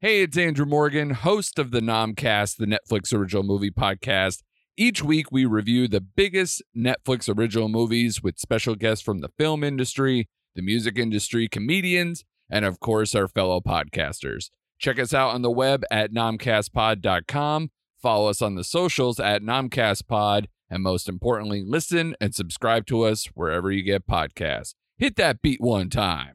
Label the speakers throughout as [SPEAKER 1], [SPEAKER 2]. [SPEAKER 1] Hey, it's Andrew Morgan, host of the Nomcast, the Netflix original movie podcast. Each week, we review the biggest Netflix original movies with special guests from the film industry, the music industry, comedians, and of course, our fellow podcasters. Check us out on the web at nomcastpod.com. Follow us on the socials at nomcastpod. And most importantly, listen and subscribe to us wherever you get podcasts. Hit that beat one time.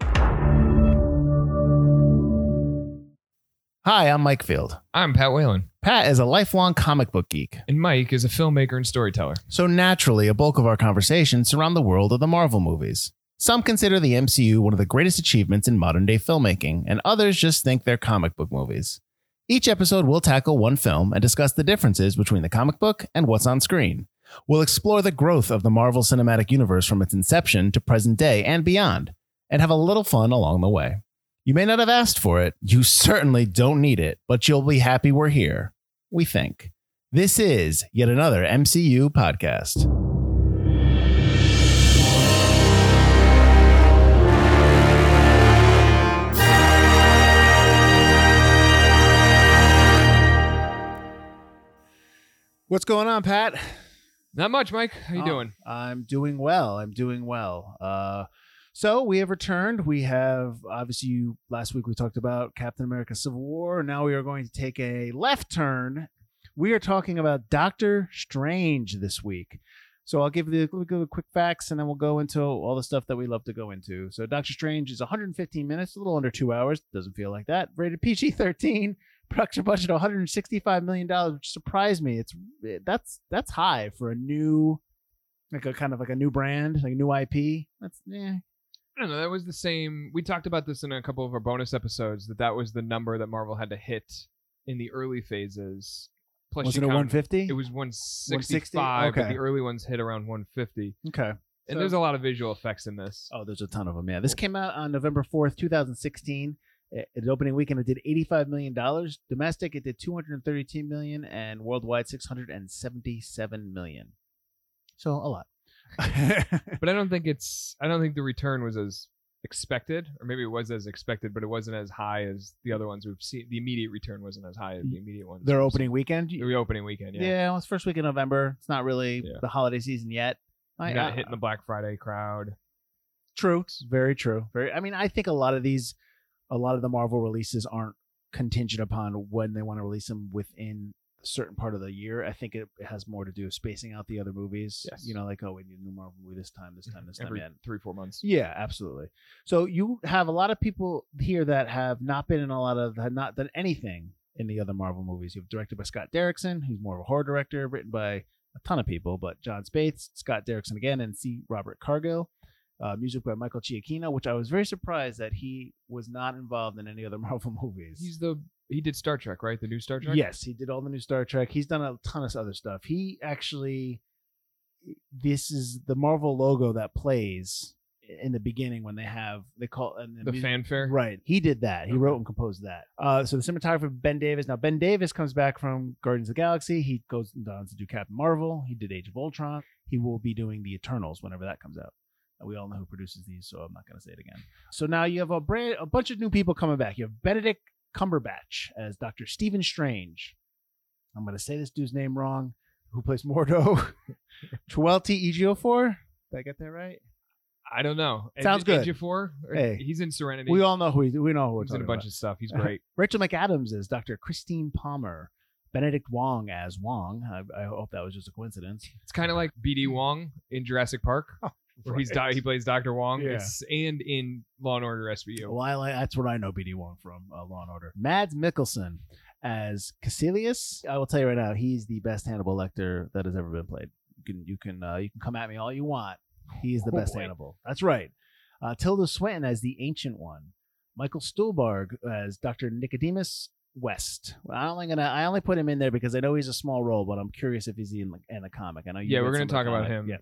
[SPEAKER 2] Hi, I'm Mike Field.
[SPEAKER 3] I'm Pat Whalen,
[SPEAKER 2] Pat is a lifelong comic book geek,
[SPEAKER 3] and Mike is a filmmaker and storyteller.
[SPEAKER 2] so naturally, a bulk of our conversations surround the world of the Marvel movies. Some consider the MCU one of the greatest achievements in modern day filmmaking, and others just think they're comic book movies. Each episode will tackle one film and discuss the differences between the comic book and what's on screen. We'll explore the growth of the Marvel Cinematic Universe from its inception to present day and beyond, and have a little fun along the way. You may not have asked for it, you certainly don't need it, but you'll be happy we're here. We think. This is yet another MCU podcast. What's going on, Pat?
[SPEAKER 3] Not much, Mike. How you
[SPEAKER 2] Oh,
[SPEAKER 3] doing?
[SPEAKER 2] I'm doing well. I'm doing well. Uh, so we have returned. We have obviously you, last week we talked about Captain America: Civil War. Now we are going to take a left turn. We are talking about Doctor Strange this week. So I'll give the, we'll give the quick facts, and then we'll go into all the stuff that we love to go into. So Doctor Strange is 115 minutes, a little under two hours. Doesn't feel like that. Rated PG-13. Production budget 165 million dollars, which surprised me. It's that's that's high for a new like a kind of like a new brand, like a new IP. That's yeah.
[SPEAKER 3] I don't know. That was the same. We talked about this in a couple of our bonus episodes. That that was the number that Marvel had to hit in the early phases. Plus,
[SPEAKER 2] Was
[SPEAKER 3] you
[SPEAKER 2] it a
[SPEAKER 3] count-
[SPEAKER 2] one fifty?
[SPEAKER 3] It was 165, but
[SPEAKER 2] Okay.
[SPEAKER 3] the early ones hit around 150.
[SPEAKER 2] Okay.
[SPEAKER 3] And
[SPEAKER 2] So-
[SPEAKER 3] there's a lot of visual effects in this.
[SPEAKER 2] Oh, there's a ton of them. Yeah, this came out on November fourth, two thousand sixteen. At the opening weekend, it did eighty-five million dollars domestic. It did two hundred thirty-two million, and worldwide six hundred and seventy-seven million. So a lot.
[SPEAKER 3] But I don't think it's. I don't think the return was as expected, or maybe it was as expected, but it wasn't as high as the other ones we've seen. The immediate return wasn't as high as the immediate ones.
[SPEAKER 2] Their
[SPEAKER 3] we've
[SPEAKER 2] opening weekend.
[SPEAKER 3] seen. The reopening weekend,
[SPEAKER 2] Yeah, well, it's first week in November. It's not really
[SPEAKER 3] Yeah.
[SPEAKER 2] the holiday season yet. I-
[SPEAKER 3] not
[SPEAKER 2] I-
[SPEAKER 3] hitting the Black Friday crowd.
[SPEAKER 2] True. It's Very true. Very. I mean, I think a lot of these, a lot of the Marvel releases aren't contingent upon when they want to release them within a certain part of the year. I think it, it has more to do with spacing out the other movies.
[SPEAKER 3] Yes. Mm-hmm.
[SPEAKER 2] You know, like oh, we need a new Marvel movie this time, this time, this time.
[SPEAKER 3] every
[SPEAKER 2] yeah.
[SPEAKER 3] three four months.
[SPEAKER 2] Yeah, absolutely. So you have a lot of people here that have not been in a lot of have not done anything in the other Marvel movies. You've directed by Scott Derrickson, who's more of a horror director, written by a ton of people, but John Spates, Scott Derrickson again, and C. Robert Cargill. Uh, music by Michael Giacchino, which I was very surprised that he was not involved in any other Marvel movies.
[SPEAKER 3] He's the he did Star Trek, right? The new Star Trek.
[SPEAKER 2] Yes, he did all the new Star Trek. He's done a ton of other stuff. He actually, this is the Marvel logo that plays in the beginning when they have they call and
[SPEAKER 3] the
[SPEAKER 2] music-
[SPEAKER 3] fanfare.
[SPEAKER 2] Right, he did that. He
[SPEAKER 3] Okay.
[SPEAKER 2] wrote and composed that. Uh, so the cinematographer Ben Davis. Now Ben Davis comes back from Guardians of the Galaxy. He goes on to do Captain Marvel. He did Age of Ultron. He will be doing the Eternals whenever that comes out. And we all know who produces these, so I'm not going to say it again. So now you have a brand, a bunch of new people coming back. You have Benedict Cumberbatch as Doctor Stephen Strange. I'm going to say this dude's name wrong. Who plays Mordo? E Twelty EGO4. Did I get that right?
[SPEAKER 3] I don't know.
[SPEAKER 2] Sounds good.
[SPEAKER 3] Age four.
[SPEAKER 2] Hey.
[SPEAKER 3] He's in Serenity.
[SPEAKER 2] We all know who he, we know who we're
[SPEAKER 3] he's in
[SPEAKER 2] talking
[SPEAKER 3] a bunch
[SPEAKER 2] about.
[SPEAKER 3] of stuff. He's great.
[SPEAKER 2] Rachel McAdams as Dr. Christine Palmer. Benedict Wong as Wong. I, I hope that was just a coincidence.
[SPEAKER 3] it's kind of like BD Wong in Jurassic Park, where he's di- he plays Doctor Wong.
[SPEAKER 2] Oh, Yeah.
[SPEAKER 3] It's- and in Law and Order SVU.
[SPEAKER 2] Well, I, like- that's what I know BD Wong from uh, Law and Order. Mads Mikkelsen as Cassilius. I will tell you right now, he's the best Hannibal Lecter that has ever been played. You can you can uh, you can come at me all you want. He is the
[SPEAKER 3] Oh,
[SPEAKER 2] best
[SPEAKER 3] boy.
[SPEAKER 2] Hannibal. That's right. Uh, Tilda Swinton as the Ancient One. Michael Stuhlbarg as Dr. Nicodemus West. Well, I only gonna I only put him in there because I know he's a small role, but I'm curious if he's in the, in the comic. I know. You
[SPEAKER 3] Yeah,
[SPEAKER 2] read
[SPEAKER 3] we're gonna
[SPEAKER 2] some of the
[SPEAKER 3] talk about
[SPEAKER 2] comic.
[SPEAKER 3] him.
[SPEAKER 2] Yeah.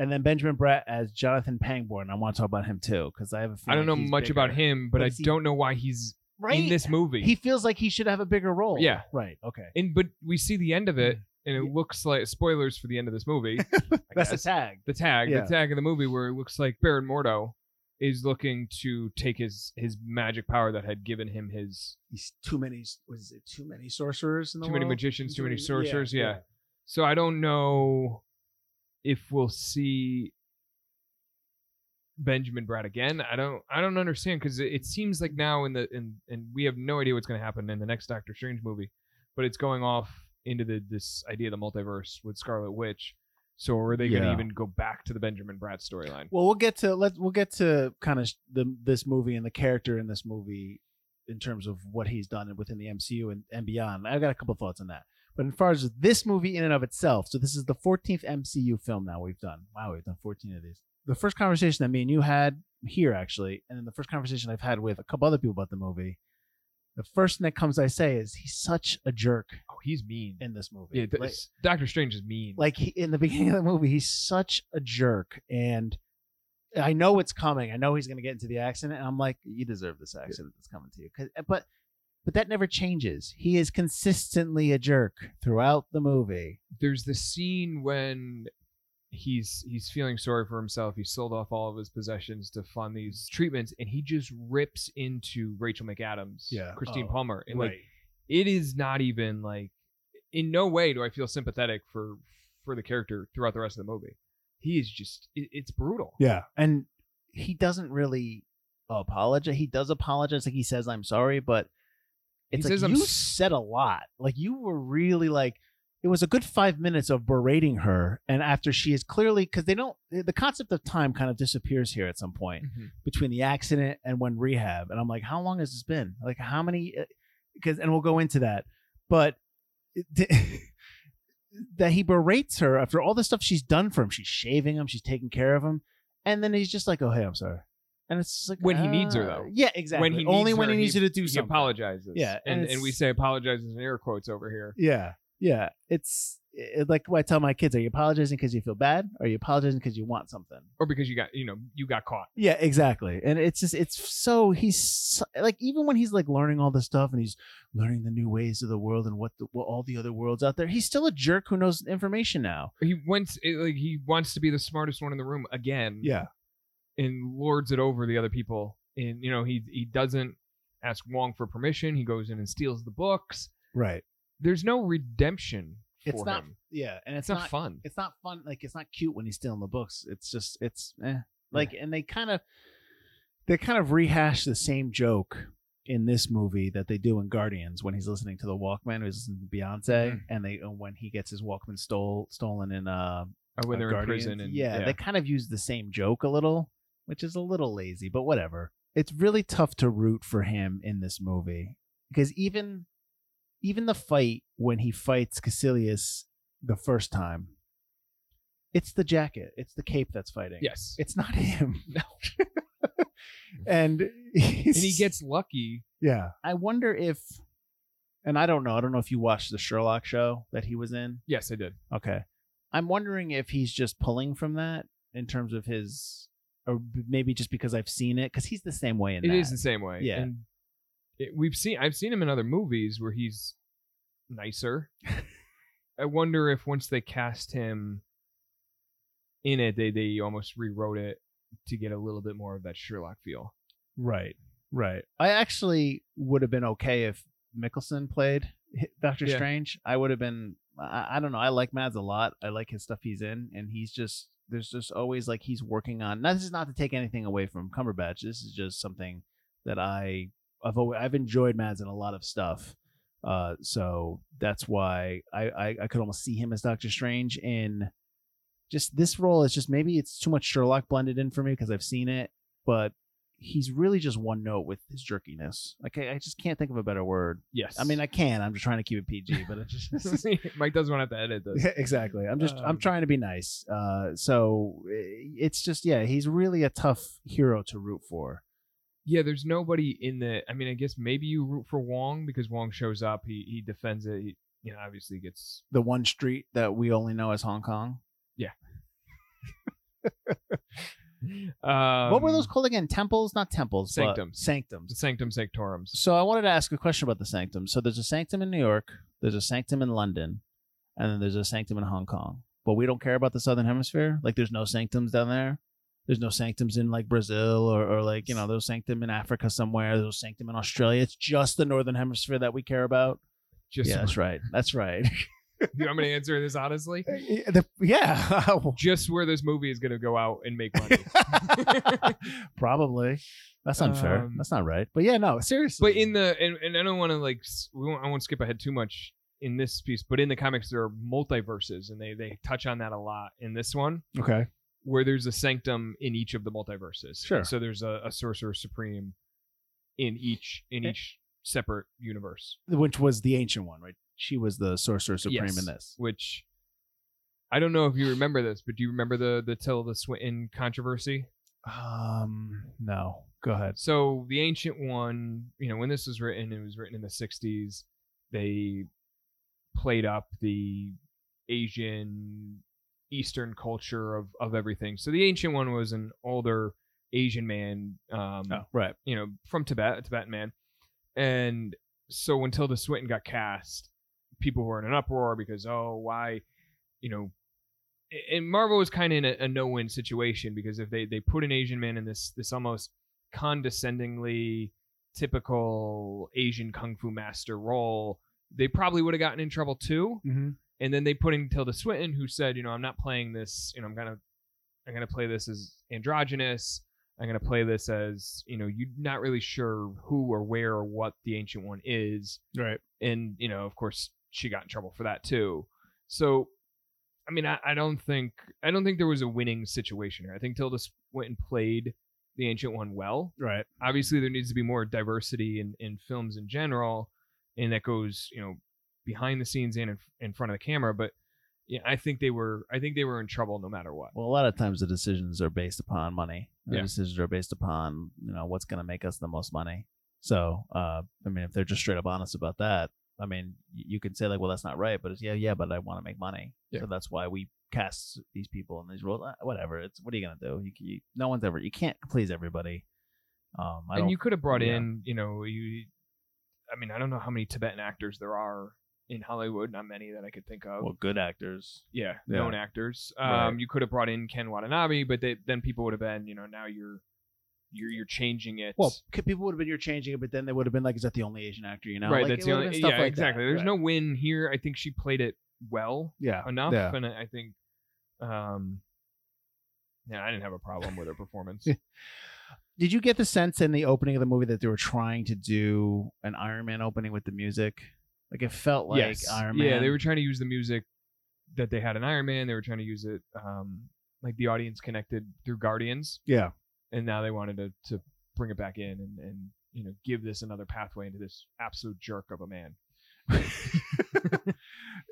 [SPEAKER 2] And then Benjamin Bratt as Jonathan Pangborn. I want to talk about him too because I have a
[SPEAKER 3] I
[SPEAKER 2] feeling
[SPEAKER 3] don't know
[SPEAKER 2] he's
[SPEAKER 3] much about
[SPEAKER 2] bigger.
[SPEAKER 3] him, but
[SPEAKER 2] But
[SPEAKER 3] I
[SPEAKER 2] is he-
[SPEAKER 3] don't know why he's
[SPEAKER 2] Right.
[SPEAKER 3] in this movie.
[SPEAKER 2] he feels like he should have a bigger role.
[SPEAKER 3] Yeah.
[SPEAKER 2] Right. Okay.
[SPEAKER 3] and but we see the end of
[SPEAKER 2] Mm.
[SPEAKER 3] it, and it looks like spoilers for the end of this movie. I
[SPEAKER 2] Hmm. That's the
[SPEAKER 3] guess.
[SPEAKER 2] tag.
[SPEAKER 3] the tag,
[SPEAKER 2] Yeah.
[SPEAKER 3] the tag of the movie where it looks like Baron Mordo is looking to take his his magic power that had given him his
[SPEAKER 2] He's too many. Was it too many sorcerers in the
[SPEAKER 3] too many
[SPEAKER 2] world?
[SPEAKER 3] magicians, too many
[SPEAKER 2] Yeah,
[SPEAKER 3] sorcerers. Yeah. So I don't know if we'll see Benjamin Bratt again. I don't I don't understand because it, it seems like now in the in and we have no idea what's going to happen in the next Doctor Strange movie, but it's going off into the this idea of the multiverse with Scarlet Witch. So are they going to
[SPEAKER 2] Yeah.
[SPEAKER 3] even go back to the Benjamin Bratt storyline?
[SPEAKER 2] Well, we'll get to let we'll get to kind of the this movie and the character in this movie in terms of what he's done within the MCU and, and beyond. I've got a couple thoughts on that. But as far as this movie in and of itself, so this is the 14th MCU film now we've done. Wow, we've done 14 of these. The first conversation that me and you had here actually, and then the first conversation I've had with a couple other people about the movie, the first thing that comes I say is he's such a jerk
[SPEAKER 3] Oh, he's mean.
[SPEAKER 2] in this movie.
[SPEAKER 3] Yeah, th-
[SPEAKER 2] Like-
[SPEAKER 3] Doctor Strange is mean.
[SPEAKER 2] like he, in the beginning of the movie he's such a jerk and i know it's coming i know he's going to get into the accident and i'm like you deserve this accident that's coming to you 'Cause- eh, but but that never changes he is consistently a jerk throughout the movie
[SPEAKER 3] there's this scene when he's he's feeling sorry for himself. He sold off all of his possessions to fund these treatments, and he just rips into Rachel McAdams,
[SPEAKER 2] Yeah.
[SPEAKER 3] Christine
[SPEAKER 2] Oh,
[SPEAKER 3] Palmer, and like it is not even like in no way do I feel sympathetic for for the character throughout the rest of the movie. He is just it, it's brutal.
[SPEAKER 2] yeah and he doesn't really apologize he does apologize like he says i'm sorry but
[SPEAKER 3] He
[SPEAKER 2] it's
[SPEAKER 3] says,
[SPEAKER 2] like
[SPEAKER 3] "I'm
[SPEAKER 2] you
[SPEAKER 3] s-
[SPEAKER 2] said a lot like you were really like it was a good five minutes of berating her and after she is clearly because they don't eh, the concept of time kind of disappears here at some point
[SPEAKER 3] Mm-hmm.
[SPEAKER 2] between the accident and when rehab and i'm like how long has this been like how many because and we'll go into that but it- that he berates her after all the stuff she's done for him she's shaving him she's taking care of him and then he's just like oh hey i'm sorry and it's just like
[SPEAKER 3] When he needs her,
[SPEAKER 2] ah,
[SPEAKER 3] though.
[SPEAKER 2] yeah exactly
[SPEAKER 3] he
[SPEAKER 2] only
[SPEAKER 3] needs
[SPEAKER 2] when
[SPEAKER 3] her,
[SPEAKER 2] he needs you to do
[SPEAKER 3] He
[SPEAKER 2] something
[SPEAKER 3] apologizes.
[SPEAKER 2] Yeah, and
[SPEAKER 3] and and,
[SPEAKER 2] it's-
[SPEAKER 3] we say apologizes in air quotes over here.
[SPEAKER 2] yeah yeah it's it, like what i tell my kids are you apologizing because you feel bad or are you apologizing because you want something
[SPEAKER 3] Or because you got you know you got caught.
[SPEAKER 2] Yeah, exactly. And it's just it's so he's so, like even when he's like learning all this stuff and he's learning the new ways of the world and what, the, what all the other worlds out there, he's still a jerk who knows information now.
[SPEAKER 3] He wants it, like he wants to be the smartest one in the room again. and lords it over the other people. And you know, he he doesn't ask Wong for permission. He goes in and steals the books.
[SPEAKER 2] right.
[SPEAKER 3] There's no redemption for
[SPEAKER 2] It's not.
[SPEAKER 3] him.
[SPEAKER 2] Yeah, and
[SPEAKER 3] It's, not, fun.
[SPEAKER 2] it's not fun. Like it's not cute when he's stealing the books. It's just it's eh. like and they kind of they kind of rehash the same joke in this movie that they do in Guardians when he's listening to the Walkman, he's listening to Beyonce, and they and when he gets his Walkman stole stolen in uh
[SPEAKER 3] Or when
[SPEAKER 2] of
[SPEAKER 3] they're
[SPEAKER 2] Guardians.
[SPEAKER 3] in prison and
[SPEAKER 2] yeah, they kind of use the same joke a little, which is a little lazy, but whatever. It's really tough to root for him in this movie because even even the fight when he fights Cassilius the first time, it's the jacket, it's the cape that's fighting.
[SPEAKER 3] yes.
[SPEAKER 2] It's not him. No. and he's,
[SPEAKER 3] And he gets lucky.
[SPEAKER 2] yeah. I wonder if and I don't know, I don't know if you watched the Sherlock show that he was in.
[SPEAKER 3] Yes, I did.
[SPEAKER 2] Okay. I'm wondering if he's just pulling from that in terms of his, or b- maybe just because I've seen it, because he's the same way in
[SPEAKER 3] It
[SPEAKER 2] that.
[SPEAKER 3] is the same way.
[SPEAKER 2] Yeah.
[SPEAKER 3] And it, we've seen I've seen him in other movies where he's nicer. I wonder if once they cast him in it, they they almost rewrote it to get a little bit more of that Sherlock feel.
[SPEAKER 2] Right. Right. I actually would have been okay if Mickelson played Doctor
[SPEAKER 3] Yeah.
[SPEAKER 2] Strange. I would have been. I, I don't know. I like Mads a lot. I like his stuff he's in, and he's just there's just always like he's working on. Now, this is not to take anything away from Cumberbatch. This is just something that I I've always, I've enjoyed Mads in a lot of stuff. Uh, so that's why I, I I could almost see him as Doctor Strange in just this role. Is just maybe it's too much Sherlock blended in for me because I've seen it, but he's really just one note with his jerkiness. Like I, I just can't think of a better word.
[SPEAKER 3] Yes.
[SPEAKER 2] I mean, I can. I'm just trying to keep it PG, but it just
[SPEAKER 3] Mike doesn't want to have to edit this.
[SPEAKER 2] Yeah, exactly. I'm just I'm
[SPEAKER 3] Um,
[SPEAKER 2] trying to be nice. Uh, so eh, it's just yeah, he's really a tough hero to root for.
[SPEAKER 3] yeah, there's nobody in the. I mean, I guess maybe you root for Wong because Wong shows up. He he defends it. He you know obviously gets
[SPEAKER 2] The one street that we only know as Hong Kong.
[SPEAKER 3] um,
[SPEAKER 2] what were those called again? Temples, not temples. but
[SPEAKER 3] Sanctums.
[SPEAKER 2] Um, Sanctums.
[SPEAKER 3] um, sanctum sanctorums.
[SPEAKER 2] So I wanted to ask a question about the sanctum. So there's a sanctum in New York, there's a sanctum in London, and then there's a sanctum in Hong Kong. But we don't care about the southern hemisphere. Like there's no sanctums down there. There's no sanctums in like Brazil or, or like, you know, there's sanctum in Africa somewhere, there's sanctum in Australia. It's just the northern hemisphere that we care about.
[SPEAKER 3] Just
[SPEAKER 2] yeah, that's right. That's right.
[SPEAKER 3] you want me to answer this honestly?
[SPEAKER 2] yeah.
[SPEAKER 3] Just where this movie is going to go out and make money.
[SPEAKER 2] Probably. That's unfair.
[SPEAKER 3] Um,
[SPEAKER 2] that's not right. But yeah, no, seriously.
[SPEAKER 3] but in the and, and I don't want to like s- we won't, I won't skip ahead too much in this piece. But in the comics, there are multiverses, and they they touch on that a lot in this one.
[SPEAKER 2] Okay.
[SPEAKER 3] where there's a sanctum in each of the multiverses.
[SPEAKER 2] Sure.
[SPEAKER 3] So there's a, a sorcerer supreme in each in
[SPEAKER 2] Eh.
[SPEAKER 3] each separate universe,
[SPEAKER 2] Which was the ancient one, right? She was the sorcerer supreme
[SPEAKER 3] Yes.
[SPEAKER 2] in this.
[SPEAKER 3] which I don't know if you remember this, but do you remember the the Tilda Swinton controversy?
[SPEAKER 2] Um, no. Go ahead.
[SPEAKER 3] So the ancient one, you know, when this was written, it was written in the '60s. They played up the Asian Eastern culture of of everything. So the ancient one was an older Asian man. Um,
[SPEAKER 2] right.
[SPEAKER 3] you know, from Tibet, a Tibetan man. And so when Tilda Swinton got cast, people were in an uproar because, oh, why, you know, a- and Marvel was kind of in a, a no-win situation because if they they put an Asian man in this this almost condescendingly typical Asian kung fu master role, they probably would have gotten in trouble too
[SPEAKER 2] Mm-hmm.
[SPEAKER 3] and then they put in Tilda Swinton, who said, you know, I'm not playing this. You know, I'm gonna, I'm gonna play this as androgynous. I'm gonna play this as, you know, you're not really sure who or where or what the ancient one is.
[SPEAKER 2] Right.
[SPEAKER 3] And you know, of course, she got in trouble for that too. So, I mean, I, I don't think, I don't think there was a winning situation here. I think Tilda Swinton played the ancient one well
[SPEAKER 2] Right.
[SPEAKER 3] obviously there needs to be more diversity in, in films in general and that goes you know behind the scenes and in, in front of the camera but yeah i think they were i think they were in trouble no matter what
[SPEAKER 2] Well, a lot of times the decisions are based upon money. The
[SPEAKER 3] Yeah.
[SPEAKER 2] decisions are based upon you know what's going to make us the most money. So, uh, I mean, if they're just straight up honest about that, I mean, y- you can say like, well, that's not right, but it's yeah, yeah, but I want to make money,
[SPEAKER 3] Yeah.
[SPEAKER 2] so that's why we cast these people in these roles. Uh, Whatever. It's what are you going to do? You, you, no one's ever. You can't please everybody. Um, I
[SPEAKER 3] and
[SPEAKER 2] don't.
[SPEAKER 3] you could have brought
[SPEAKER 2] yeah.
[SPEAKER 3] in you know you i mean i don't know how many tibetan actors there are in hollywood not many that i could think of
[SPEAKER 2] well, good actors.
[SPEAKER 3] yeah,
[SPEAKER 2] yeah.
[SPEAKER 3] known actors um
[SPEAKER 2] Right.
[SPEAKER 3] you could have brought in ken watanabe but they, then people would have been you know now you're you're you're changing it
[SPEAKER 2] Well, c- people would have been you're changing it, but then they would have been like, is that the only Asian actor you know?
[SPEAKER 3] right
[SPEAKER 2] Like,
[SPEAKER 3] that's
[SPEAKER 2] it
[SPEAKER 3] the
[SPEAKER 2] would've
[SPEAKER 3] only
[SPEAKER 2] been
[SPEAKER 3] yeah
[SPEAKER 2] stuff like that.
[SPEAKER 3] exactly there's
[SPEAKER 2] Right.
[SPEAKER 3] no win here i think she played it well
[SPEAKER 2] yeah
[SPEAKER 3] enough,
[SPEAKER 2] Yeah.
[SPEAKER 3] and I I think, um, yeah, I didn't have a problem with her performance.
[SPEAKER 2] Did you get the sense in the opening of the movie that they were trying to do an Iron Man opening with the music? Like it felt like Iron Man.
[SPEAKER 3] yeah, they were trying to use the music that they had in Iron Man. They were trying to use it, um, like the audience connected through Guardians,
[SPEAKER 2] Yeah.
[SPEAKER 3] and now they wanted to to bring it back in and and you know give this another pathway into this absolute jerk of a man.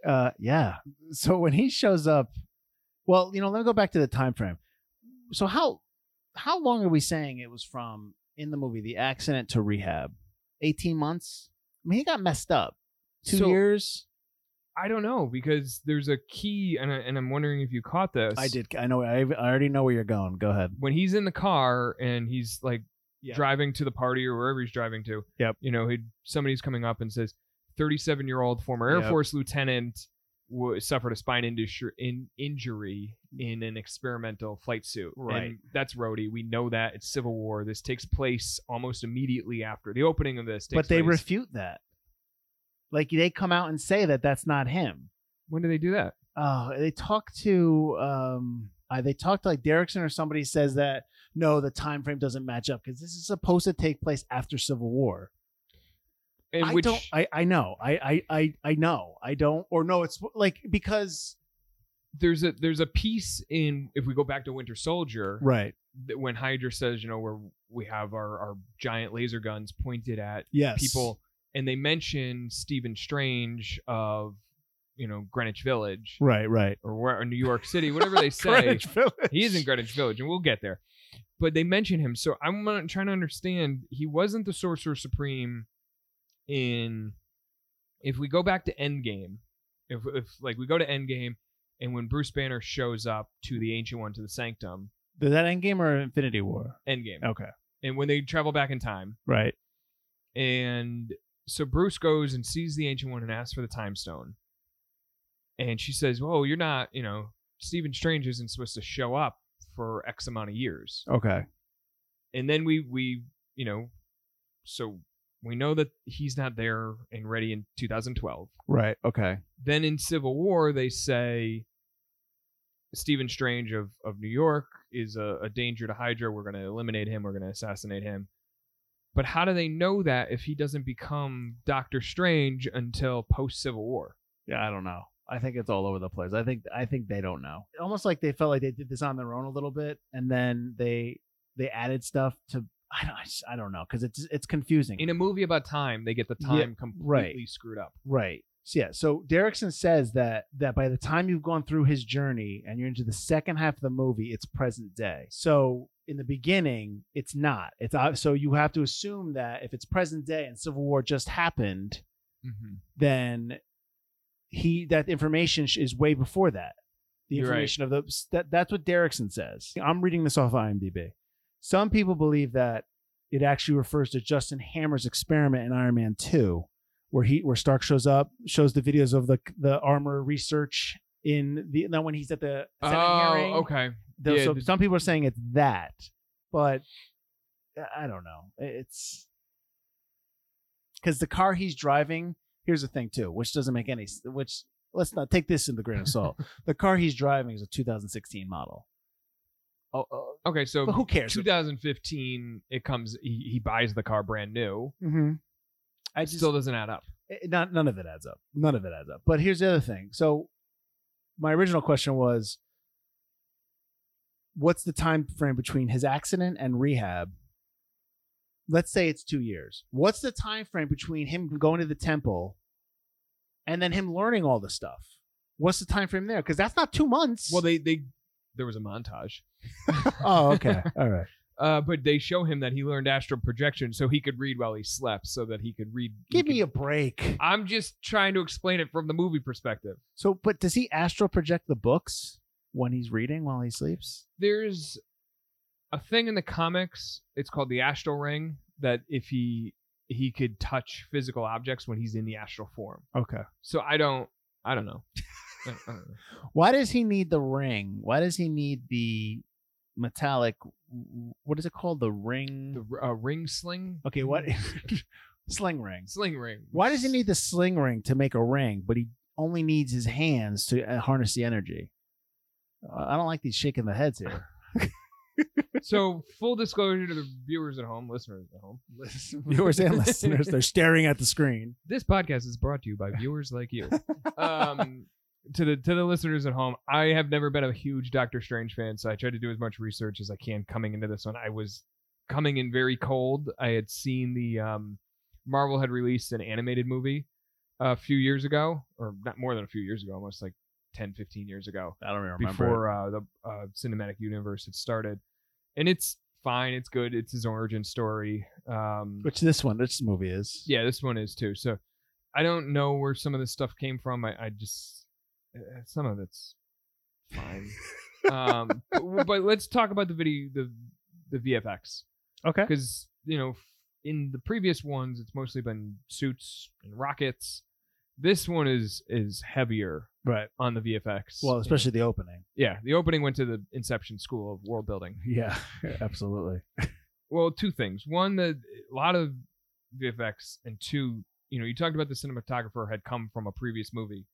[SPEAKER 2] Uh, yeah. So when he shows up, well, you know, let me go back to the time frame. So how how long are we saying it was from in the movie the accident to rehab? Eighteen months. I mean, he got messed up. Two
[SPEAKER 3] So-
[SPEAKER 2] years.
[SPEAKER 3] I don't know because there's a key, and I, and I'm wondering if you caught this.
[SPEAKER 2] I did. I know. I, I already know where you're going. Go ahead.
[SPEAKER 3] when he's in the car and he's like
[SPEAKER 2] Yeah.
[SPEAKER 3] driving to the party or wherever he's driving to.
[SPEAKER 2] Yep.
[SPEAKER 3] You know, he somebody's coming up and says, "37-year-old former Air
[SPEAKER 2] Yep.
[SPEAKER 3] Force lieutenant w- suffered a spine industry in injury in an experimental flight suit."
[SPEAKER 2] Right.
[SPEAKER 3] And that's Rhodey. We know that it's Civil War. This takes place almost immediately after the opening of this. Takes
[SPEAKER 2] But they
[SPEAKER 3] place-
[SPEAKER 2] refute that. Like they come out and say that that's not him.
[SPEAKER 3] when do they do that?
[SPEAKER 2] Oh, they talked to um, uh, they talked to like Derrickson or somebody says that no, the time frame doesn't match up because this is supposed to take place after Civil War.
[SPEAKER 3] And
[SPEAKER 2] I
[SPEAKER 3] which
[SPEAKER 2] don't. I, I know. I, I I I know. I don't. Or no, it's like because
[SPEAKER 3] there's a there's a piece in if we go back to Winter Soldier.
[SPEAKER 2] right.
[SPEAKER 3] that when Hydra says, you know, we're we have our, our giant laser guns pointed at
[SPEAKER 2] Yes.
[SPEAKER 3] people, and they mention Stephen Strange of, you know, Greenwich Village
[SPEAKER 2] Right. Right.
[SPEAKER 3] or where or New York City, whatever they say.
[SPEAKER 2] Greenwich Village.
[SPEAKER 3] he is in Greenwich Village, and we'll get there. but they mention him. So I'm uh, trying to understand. He wasn't the Sorcerer Supreme in. If we go back to Endgame, if if like we go to Endgame, and when Bruce Banner shows up to the Ancient One to the Sanctum,
[SPEAKER 2] Is that Endgame or Infinity War?
[SPEAKER 3] Endgame,
[SPEAKER 2] Okay.
[SPEAKER 3] and when they travel back in time,
[SPEAKER 2] Right.
[SPEAKER 3] and so Bruce goes and sees the Ancient One and asks for the Time Stone, and she says, "Whoa, you're not, you know, Stephen Strange isn't supposed to show up for X amount of years."
[SPEAKER 2] Okay.
[SPEAKER 3] and then we we you know so we know that he's not there and ready in 2012
[SPEAKER 2] Right. Okay.
[SPEAKER 3] then in civil war they say stephen strange of of new york is a, a danger to hydra we're going to eliminate him we're going to assassinate him but how do they know that if he doesn't become doctor strange until post civil war
[SPEAKER 2] Yeah, I don't know. I think it's all over the place. I think I think they don't know. Almost like they felt like they did this on their own a little bit, and then they they added stuff to. I don't, I just- I don't know because it's it's confusing.
[SPEAKER 3] in a movie about time they get the
[SPEAKER 2] Yeah,
[SPEAKER 3] time
[SPEAKER 2] right.
[SPEAKER 3] completely screwed up
[SPEAKER 2] Right. So yeah. So Derrickson says that that by the time you've gone through his journey and you're into the second half of the movie, it's present day. So in the beginning, it's not. It's ob- so you have to assume that if it's present day and Civil War just happened,
[SPEAKER 3] mm-hmm.
[SPEAKER 2] then he that information sh- is way before that. The
[SPEAKER 3] You're right.
[SPEAKER 2] information of the that, that's what Derrickson says. I'm reading this off IMDb. Some people believe that it actually refers to Justin Hammer's experiment in Iron Man 2 where he where Stark shows up, shows the videos of the the armor research in the now when he's at the Senate hearing.
[SPEAKER 3] oh okay
[SPEAKER 2] The-
[SPEAKER 3] yeah,
[SPEAKER 2] so
[SPEAKER 3] the-
[SPEAKER 2] some people are saying it's that, but uh, I- I don't know. It's because the car he's driving. Here's the thing too, which doesn't make any. s- Which let's not take this in the grain of salt. the car he's driving is a 2016 model. Oh, oh,
[SPEAKER 3] okay so
[SPEAKER 2] but who cares?
[SPEAKER 3] 2015 it comes he, he buys the car brand new
[SPEAKER 2] Mhm. I
[SPEAKER 3] it
[SPEAKER 2] just
[SPEAKER 3] still doesn't add up
[SPEAKER 2] it- Eh, not none of it adds up. None of it adds up. But here's the other thing. So my original question was what's the time frame between his accident and rehab? Let's say it's 2 years. What's the time frame between him going to the temple and then him learning all the stuff? What's the time frame there? Cuz that's not 2 months.
[SPEAKER 3] well they they there was a montage
[SPEAKER 2] oh, okay. All right.
[SPEAKER 3] uh but they show him that he learned astral projection so he could read while he slept so that he could read he
[SPEAKER 2] Give me a
[SPEAKER 3] could-
[SPEAKER 2] break.
[SPEAKER 3] i'm just trying to explain it from the movie perspective
[SPEAKER 2] So, but does he astral project the books when he's reading while he sleeps?
[SPEAKER 3] there's a thing in the comics it's called the astral ring that if he he could touch physical objects when he's in the astral form
[SPEAKER 2] Okay.
[SPEAKER 3] so i don't i don't know Uh, I don't- I don't know.
[SPEAKER 2] Why does he need the ring? Why does he need the metallic? What is it called? The ring.
[SPEAKER 3] the uh, ring sling
[SPEAKER 2] okay, what? sling rings.
[SPEAKER 3] sling ring
[SPEAKER 2] Why does he need the sling ring to make a ring, but he only needs his hands to uh, harness the energy? Uh, I don't like these shaking the heads here.
[SPEAKER 3] so full disclosure to the viewers at home, listeners at home.
[SPEAKER 2] Viewers and listeners, they're staring at the screen.
[SPEAKER 3] This podcast is brought to you by viewers like you. Um, to the to the listeners at home, I have never been a huge Doctor Strange fan, so I tried to do as much research as I can coming into this one. I was coming in very cold. I had seen the um, Marvel had released an animated movie a few years ago, or not more than a few years ago, almost like 10, 15 years ago.
[SPEAKER 2] I don't remember.
[SPEAKER 3] before uh, the uh, cinematic universe had started, and it's fine. It's good. It's his origin story. Um,
[SPEAKER 2] which this one, this movie is.
[SPEAKER 3] yeah, this one is too. So I don't know where some of this stuff came from. I, I just uh, some of it's fine. um, but, but let's talk about the video, the the VFX,
[SPEAKER 2] Okay.
[SPEAKER 3] because you know in the previous ones it's mostly been suits and rockets. This one is is heavier
[SPEAKER 2] Right.
[SPEAKER 3] on the VFX.
[SPEAKER 2] Well,
[SPEAKER 3] you know.
[SPEAKER 2] especially the opening.
[SPEAKER 3] Yeah, the opening went to the Inception School of World Building.
[SPEAKER 2] Yeah. Absolutely.
[SPEAKER 3] Well, two things. One, the a lot of VFX, and two, you know, you talked about the cinematographer had come from a previous movie.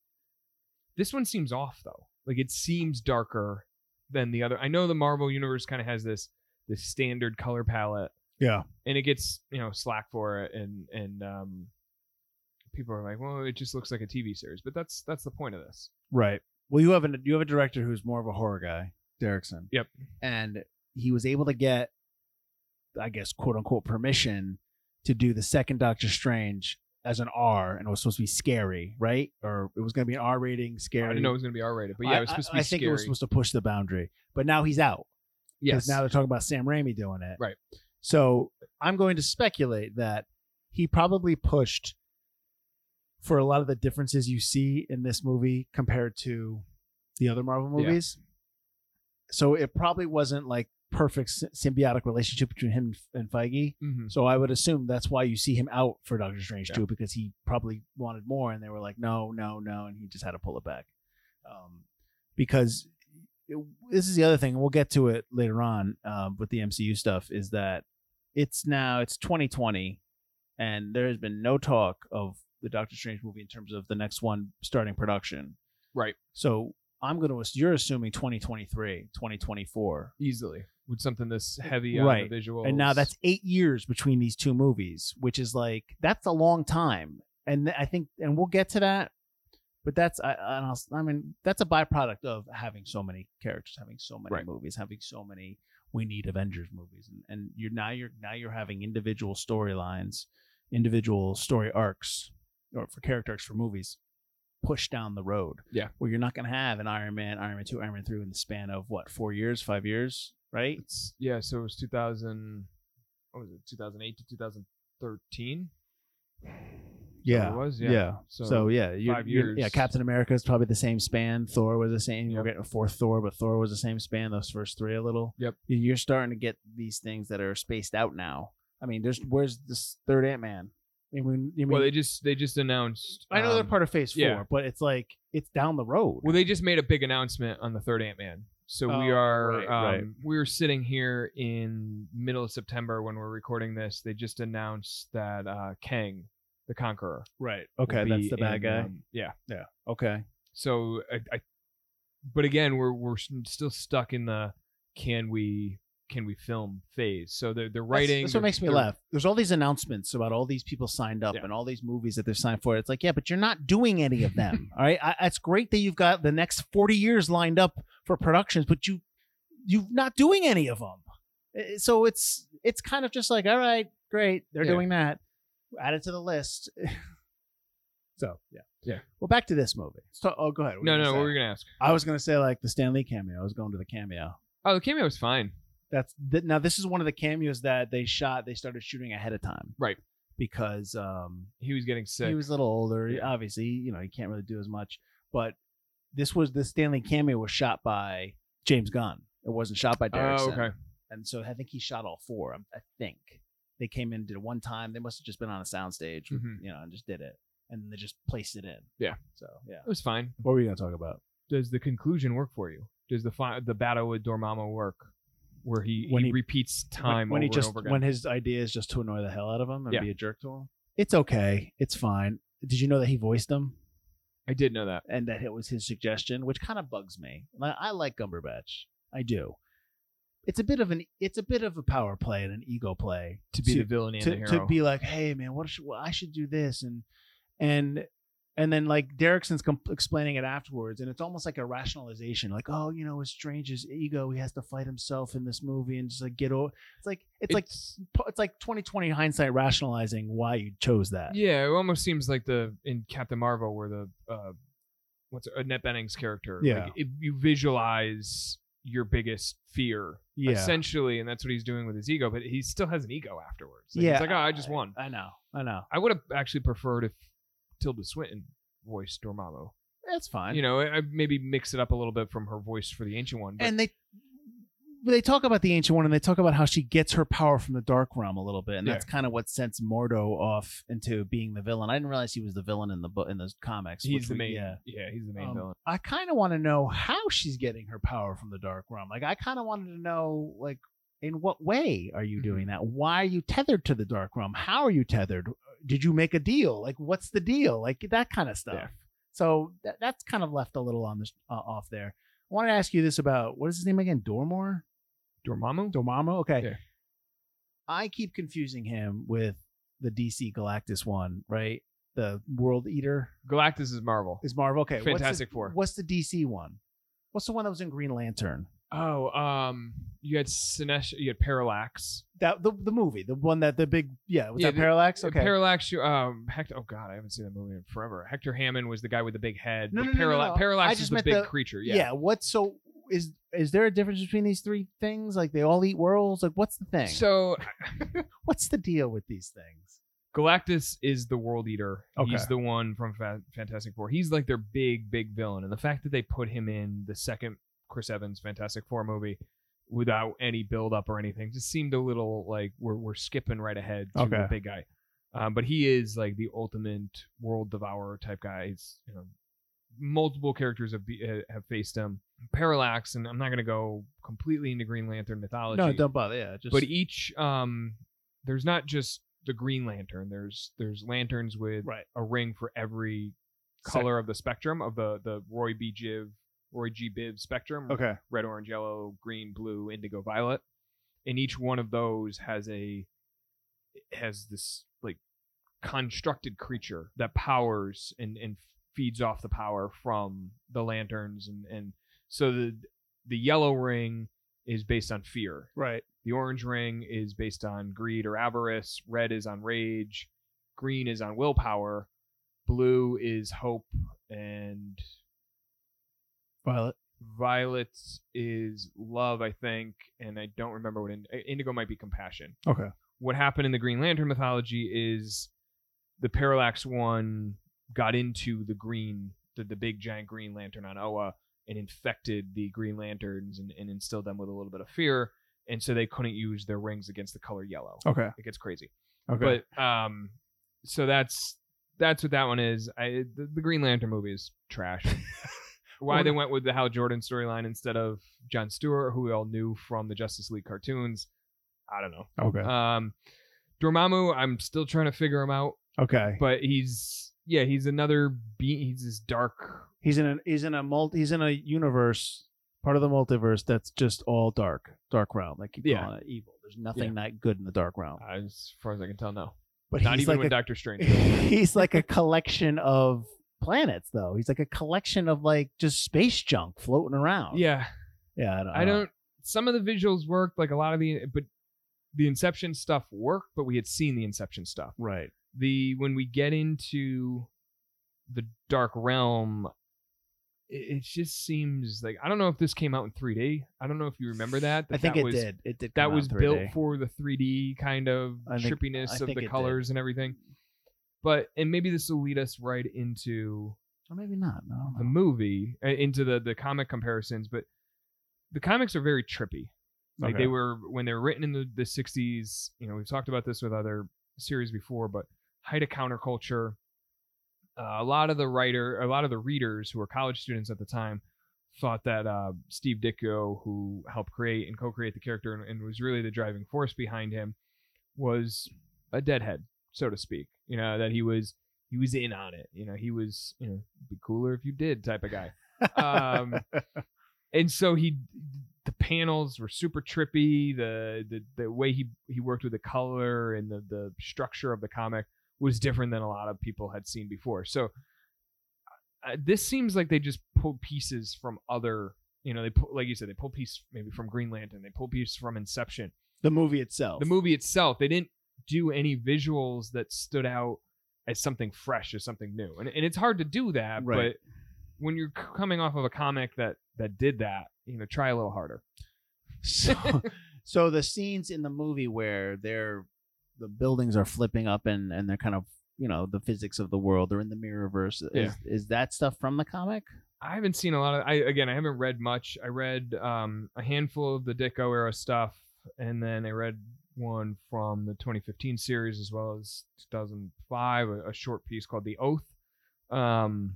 [SPEAKER 3] This one seems off though. Like it seems darker than the other. I know the Marvel universe kind of has this this standard color palette,
[SPEAKER 2] Yeah.
[SPEAKER 3] and it gets you know slack for it, and and um, people are like, well, it just looks like a TV series, but that's that's the point of this.
[SPEAKER 2] Right. Well, you have a you have a director who's more of a horror guy, Derrickson.
[SPEAKER 3] Yep.
[SPEAKER 2] And he was able to get, I guess, quote unquote, permission to do the second Doctor Strange as an R, and it was supposed to be scary, right? Or it was going to be an R rating,
[SPEAKER 3] I
[SPEAKER 2] scary.
[SPEAKER 3] didn't know it was going to be R rated, but yeah, it was
[SPEAKER 2] I-
[SPEAKER 3] supposed to
[SPEAKER 2] I,
[SPEAKER 3] be
[SPEAKER 2] I think
[SPEAKER 3] scary.
[SPEAKER 2] it was supposed to push the boundary, but now he's out.
[SPEAKER 3] Yes.
[SPEAKER 2] now they're talking about Sam Raimi doing it.
[SPEAKER 3] Right.
[SPEAKER 2] So I'm going to speculate that he probably pushed for a lot of the differences you see in this movie compared to the other Marvel
[SPEAKER 3] Yeah.
[SPEAKER 2] movies. So it probably wasn't like perfect sy- symbiotic relationship between him and Feige.
[SPEAKER 3] Mhm.
[SPEAKER 2] So I would assume that's why you see him out for Doctor Strange
[SPEAKER 3] Yeah.
[SPEAKER 2] too, because he probably wanted more, and they were like, no, no, no, and he just had to pull it back. Um, because it, this is the other thing, and we'll get to it later on um, with the MCU stuff. Is that it's now it's 2020, and there has been no talk of the Doctor Strange movie in terms of the next one starting production.
[SPEAKER 3] Right.
[SPEAKER 2] So I'm going to you're assuming 2023, 2024,
[SPEAKER 3] Easily with something this heavy on
[SPEAKER 2] Right.
[SPEAKER 3] the visuals.
[SPEAKER 2] and now that's eight years between these two movies, which is like that's a long time. And th- I think, and we'll get to that, but that's I, I, don't know, I mean that's a byproduct of having so many characters, having so many
[SPEAKER 3] Right.
[SPEAKER 2] movies, having so many. We need Avengers movies, and, and you're now you're now you're having individual storylines, individual story arcs, or for character arcs for movies, pushed down the road.
[SPEAKER 3] Yeah.
[SPEAKER 2] where you're not going to have an Iron Man, Iron Man two, Iron Man three in the span of what four years, five years, right?
[SPEAKER 3] It's, yeah. So it was 2000. What was it? 2008 to 2013.
[SPEAKER 2] Yeah.
[SPEAKER 3] It was. Yeah.
[SPEAKER 2] So,
[SPEAKER 3] So,
[SPEAKER 2] yeah, you
[SPEAKER 3] five
[SPEAKER 2] you- Yeah,
[SPEAKER 3] years.
[SPEAKER 2] Captain America is probably the same span. Thor was the same. We're
[SPEAKER 3] Yep.
[SPEAKER 2] getting a fourth Thor, but Thor was the same span. Those first three, a little.
[SPEAKER 3] Yep.
[SPEAKER 2] You- You're starting to get these things that are spaced out now. I mean, there's where's this third Ant Man? I mean, you
[SPEAKER 3] Well, they
[SPEAKER 2] mean-
[SPEAKER 3] just they just announced.
[SPEAKER 2] I know they're
[SPEAKER 3] um,
[SPEAKER 2] part of Phase Four,
[SPEAKER 3] yeah.
[SPEAKER 2] but it's like it's down the road.
[SPEAKER 3] Well, they just made a big announcement on the third Ant Man. So we
[SPEAKER 2] Oh,
[SPEAKER 3] are
[SPEAKER 2] right,
[SPEAKER 3] um,
[SPEAKER 2] right.
[SPEAKER 3] we're sitting here in middle of September when we're recording this. They just announced that uh, Kang, the Conqueror,
[SPEAKER 2] right.
[SPEAKER 3] will
[SPEAKER 2] Okay, that's
[SPEAKER 3] be
[SPEAKER 2] the bad
[SPEAKER 3] in,
[SPEAKER 2] guy.
[SPEAKER 3] um, yeah.
[SPEAKER 2] yeah. Okay.
[SPEAKER 3] So I, I, but again, we're we're s- still stuck in the can we can we film phase. So they're they're writing.
[SPEAKER 2] That's, that's what
[SPEAKER 3] they're-
[SPEAKER 2] makes me
[SPEAKER 3] they're-
[SPEAKER 2] laugh. There's all these announcements about all these people signed up
[SPEAKER 3] Yeah.
[SPEAKER 2] and all these movies that they're signed for. It's like, yeah, but you're not doing any of them. all right, I, it's great that you've got the next 40 years lined up for productions, but you you're not doing any of them. Eh, So it's it's kind of just like, all right, great, they're
[SPEAKER 3] Yeah.
[SPEAKER 2] doing that. Add it to the list. so yeah,
[SPEAKER 3] Yeah.
[SPEAKER 2] Well, back to this movie. So, oh, go ahead. What were
[SPEAKER 3] No,
[SPEAKER 2] you
[SPEAKER 3] no,
[SPEAKER 2] gonna
[SPEAKER 3] what
[SPEAKER 2] say?
[SPEAKER 3] were you gonna ask?
[SPEAKER 2] I was gonna say like the Stan Lee cameo. I was going to the cameo.
[SPEAKER 3] Oh, the cameo was fine.
[SPEAKER 2] That's th- now this is one of the cameos that they shot. They started shooting ahead of time,
[SPEAKER 3] Right.
[SPEAKER 2] Because um,
[SPEAKER 3] He was getting sick.
[SPEAKER 2] he was a little older.
[SPEAKER 3] Yeah.
[SPEAKER 2] Obviously, you know, he can't really do as much. But this was the Stanley cameo was shot by James Gunn. It wasn't shot by Derek.
[SPEAKER 3] oh, okay.
[SPEAKER 2] And so I think he shot all four. I'm- I think they came in did it one time. They must have just been on a soundstage, with
[SPEAKER 3] Mhm.
[SPEAKER 2] you know, and just did it, and then they just placed it in.
[SPEAKER 3] Yeah.
[SPEAKER 2] So yeah.
[SPEAKER 3] It was fine.
[SPEAKER 2] What were you gonna talk about
[SPEAKER 3] does the conclusion work for you? Does the fi- the battle with Dormammu work, where he,
[SPEAKER 2] When
[SPEAKER 3] he,
[SPEAKER 2] he-
[SPEAKER 3] repeats time
[SPEAKER 2] when, when
[SPEAKER 3] over
[SPEAKER 2] he just
[SPEAKER 3] and over again?
[SPEAKER 2] when his idea is just to annoy the hell out of him and
[SPEAKER 3] Yeah.
[SPEAKER 2] be a jerk to him? It's okay. It's fine. Did you know that he voiced him?
[SPEAKER 3] I did know that.
[SPEAKER 2] and that it was his suggestion, which kind of bugs me. I, I like Gumberbatch, I do. It's a bit of an it's a bit of a power play and an ego play
[SPEAKER 3] To be the villain and the
[SPEAKER 2] to,
[SPEAKER 3] hero.
[SPEAKER 2] to be like, hey man, what should, well, I should do this and and and then like Derrickson's com- explaining it afterwards, and it's almost like a rationalization, like oh you know it's strange his ego he has to fight himself in this movie and just like get over. It's like it's, like it's like twenty twenty hindsight rationalizing why you chose that.
[SPEAKER 3] yeah, it almost seems like the in Captain Marvel where the uh, what's Annette Bening's character.
[SPEAKER 2] Yeah.
[SPEAKER 3] like, if you visualize your biggest fear,
[SPEAKER 2] Yeah.
[SPEAKER 3] essentially, and that's what he's doing with his ego. But he still has an ego afterwards. Like, he's like oh, I just won.
[SPEAKER 2] I know, I know.
[SPEAKER 3] I would have actually preferred if Tilda Swinton voiced Dormammu.
[SPEAKER 2] That's fine.
[SPEAKER 3] You know, I, I maybe mix it up a little bit from her voice for the ancient one. But
[SPEAKER 2] and they they talk about the ancient one and they talk about how she gets her power from the dark realm a little bit and
[SPEAKER 3] Yeah.
[SPEAKER 2] that's kind of what sends mordo off into being the villain i didn't realize he was the villain in the book in those comics which
[SPEAKER 3] he's the
[SPEAKER 2] we-
[SPEAKER 3] main.
[SPEAKER 2] yeah
[SPEAKER 3] Yeah, he's the main
[SPEAKER 2] Um,
[SPEAKER 3] villain.
[SPEAKER 2] i kind of want to know how she's getting her power from the dark realm like i kind of wanted to know like in what way are you
[SPEAKER 3] Mm-hmm.
[SPEAKER 2] doing that why are you tethered to the dark realm how are you tethered did you make a deal like what's the deal like that kind of stuff
[SPEAKER 3] Yeah.
[SPEAKER 2] so that, that's kind of left a little on this uh, off there i wanted to ask you this about what is his name again dormor
[SPEAKER 3] Dormammu.
[SPEAKER 2] Dormammu. Okay.
[SPEAKER 3] Yeah.
[SPEAKER 2] I keep confusing him with the DC Galactus one, right? The World Eater
[SPEAKER 3] Galactus is Marvel.
[SPEAKER 2] is Marvel. Okay.
[SPEAKER 3] Fantastic
[SPEAKER 2] what's the,
[SPEAKER 3] Four.
[SPEAKER 2] What's the DC one? What's the one that was in Green Lantern?
[SPEAKER 3] Oh, um, you had Sinesh. You had Parallax.
[SPEAKER 2] That the, the movie, the one that the big yeah was
[SPEAKER 3] Yeah,
[SPEAKER 2] that
[SPEAKER 3] the-
[SPEAKER 2] Parallax? Okay.
[SPEAKER 3] Parallax. you- Um, Hector. Oh God, I haven't seen that movie in forever. Hector Hammond was the guy with the big head.
[SPEAKER 2] No,
[SPEAKER 3] but
[SPEAKER 2] no, no, no,
[SPEAKER 3] Parallax-
[SPEAKER 2] no. I
[SPEAKER 3] Parallax
[SPEAKER 2] just
[SPEAKER 3] is the
[SPEAKER 2] meant
[SPEAKER 3] big
[SPEAKER 2] the-
[SPEAKER 3] creature.
[SPEAKER 2] yeah.
[SPEAKER 3] Yeah.
[SPEAKER 2] What's so is is there a difference between these three things? Like they all eat worlds. Like what's the thing?
[SPEAKER 3] So
[SPEAKER 2] what's the deal with these things?
[SPEAKER 3] Galactus is the world eater.
[SPEAKER 2] Okay.
[SPEAKER 3] He's the one from Fa- Fantastic Four. He's like their big, big villain. And the fact that they put him in the second Chris Evans Fantastic Four movie without any build up or anything just seemed a little like we're, we're skipping right ahead to
[SPEAKER 2] Okay.
[SPEAKER 3] the big guy. Um, but he is like the ultimate world devourer type guy. He's, you know, multiple characters have, be- uh, have faced him. Parallax, and I'm not going to go completely into Green Lantern mythology
[SPEAKER 2] No, don't bother. Yeah, just
[SPEAKER 3] but each um there's not just the green lantern there's there's lanterns with
[SPEAKER 2] right.
[SPEAKER 3] a ring for every
[SPEAKER 2] Sec-
[SPEAKER 3] color of the spectrum of the the roy b jiv roy g biv spectrum
[SPEAKER 2] Okay.
[SPEAKER 3] red orange yellow green blue indigo violet and each one of those has a has this like constructed creature that powers and and feeds off the power from the lanterns and and so the the yellow ring is based on fear
[SPEAKER 2] Right.
[SPEAKER 3] the orange ring is based on greed or avarice. Red is on rage. Green is on willpower. Blue is hope. And
[SPEAKER 2] Violet.
[SPEAKER 3] violet is love, I think. And I don't remember what in- indigo might be compassion.
[SPEAKER 2] Okay.
[SPEAKER 3] What happened in the Green Lantern mythology is the Parallax one got into the green, the, the big giant Green Lantern on Oa, and infected the Green Lanterns and, and instilled them with a little bit of fear. And so they couldn't use their rings against the color yellow.
[SPEAKER 2] Okay.
[SPEAKER 3] It gets crazy.
[SPEAKER 2] Okay.
[SPEAKER 3] But um, so that's that's what that one is. I the, the Green Lantern movie is trash. Why
[SPEAKER 2] Well,
[SPEAKER 3] they
[SPEAKER 2] the-
[SPEAKER 3] went with the Hal Jordan storyline instead of John Stewart, who we all knew from the Justice League cartoons, I don't know.
[SPEAKER 2] okay.
[SPEAKER 3] Um, Dormammu, I'm still trying to figure him out,
[SPEAKER 2] okay.
[SPEAKER 3] but he's yeah, he's another being. He's this dark.
[SPEAKER 2] He's in a he's in a multi he's in a universe part of the multiverse that's just all dark, dark realm. Like keep
[SPEAKER 3] Yeah.
[SPEAKER 2] calling it evil. There's nothing not good in the dark realm.
[SPEAKER 3] uh, As far as I can tell, no,
[SPEAKER 2] But
[SPEAKER 3] not
[SPEAKER 2] he's
[SPEAKER 3] even
[SPEAKER 2] like
[SPEAKER 3] with
[SPEAKER 2] a,
[SPEAKER 3] Doctor Strange.
[SPEAKER 2] he's like a collection of planets though. He's like a collection of like just space junk floating around.
[SPEAKER 3] yeah,
[SPEAKER 2] Yeah, I don't
[SPEAKER 3] I
[SPEAKER 2] know.
[SPEAKER 3] don't. Some of the visuals worked, like a lot of the, but the Inception stuff worked. But we had seen the Inception stuff.
[SPEAKER 2] Right.
[SPEAKER 3] The when we get into the dark realm, it, it just seems like I don't know if this came out in 3D. I don't know if you remember that. that
[SPEAKER 2] I think
[SPEAKER 3] that
[SPEAKER 2] it
[SPEAKER 3] was,
[SPEAKER 2] did. It did.
[SPEAKER 3] That
[SPEAKER 2] come out
[SPEAKER 3] was
[SPEAKER 2] in
[SPEAKER 3] built
[SPEAKER 2] 3D.
[SPEAKER 3] for the 3D kind of
[SPEAKER 2] I think- I
[SPEAKER 3] trippiness of
[SPEAKER 2] think it
[SPEAKER 3] the
[SPEAKER 2] did.
[SPEAKER 3] colors and everything. But and maybe this will lead us right into
[SPEAKER 2] or maybe not. I don't
[SPEAKER 3] the
[SPEAKER 2] know.
[SPEAKER 3] movie uh, into the the comic comparisons, but the comics are very trippy. Like
[SPEAKER 2] Okay.
[SPEAKER 3] they were when they were written in the, the 60s, you know, we've talked about this with other series before, but height of counterculture. Uh, a lot of the writer, a lot of the readers who were college students at the time thought that uh, Steve Ditko, who helped create and co-create the character and, and was really the driving force behind him, was a deadhead, so to speak. You know, that he was he was in on it. You know, he was, you know, be cooler if you did type of guy. Um, and so he the panels were super trippy the the, the way he he worked with the color and the, the structure of the comic was different than a lot of people had seen before so uh, this seems like they just pulled pieces from other you know they pull like you said they pull piece maybe from green lantern they pull piece from inception
[SPEAKER 2] the movie itself.
[SPEAKER 3] the movie itself they didn't do any visuals that stood out as something fresh as something new and, and it's hard to do that
[SPEAKER 2] Right.
[SPEAKER 3] but when you're c- coming off of a comic that that did that you know try a little harder
[SPEAKER 2] So, so the scenes in the movie where they're the buildings are flipping up and and they're kind of you know the physics of the world or in the mirrorverse. Is,
[SPEAKER 3] Yeah.
[SPEAKER 2] is that stuff from the comic?
[SPEAKER 3] i haven't seen a lot of i again i haven't read much i read um a handful of the dicko era stuff and then i read one from the 2015 series as well as 2005 a, a short piece called the oath um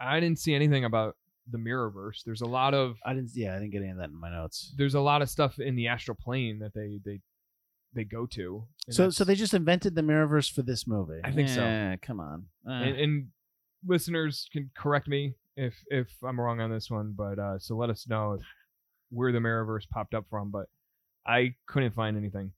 [SPEAKER 3] i didn't see anything about the mirrorverse there's a lot of
[SPEAKER 2] I didn't. Yeah, I didn't get any of that in my notes.
[SPEAKER 3] there's a lot of stuff in the astral plane that they they they go to. and
[SPEAKER 2] So
[SPEAKER 3] that's-
[SPEAKER 2] so they just invented the mirrorverse for this movie.
[SPEAKER 3] I think so.
[SPEAKER 2] Yeah, come on. Eh.
[SPEAKER 3] and, and listeners can correct me if if I'm wrong on this one, but uh, so let us know where the Mirrorverse popped up from. But I couldn't find anything.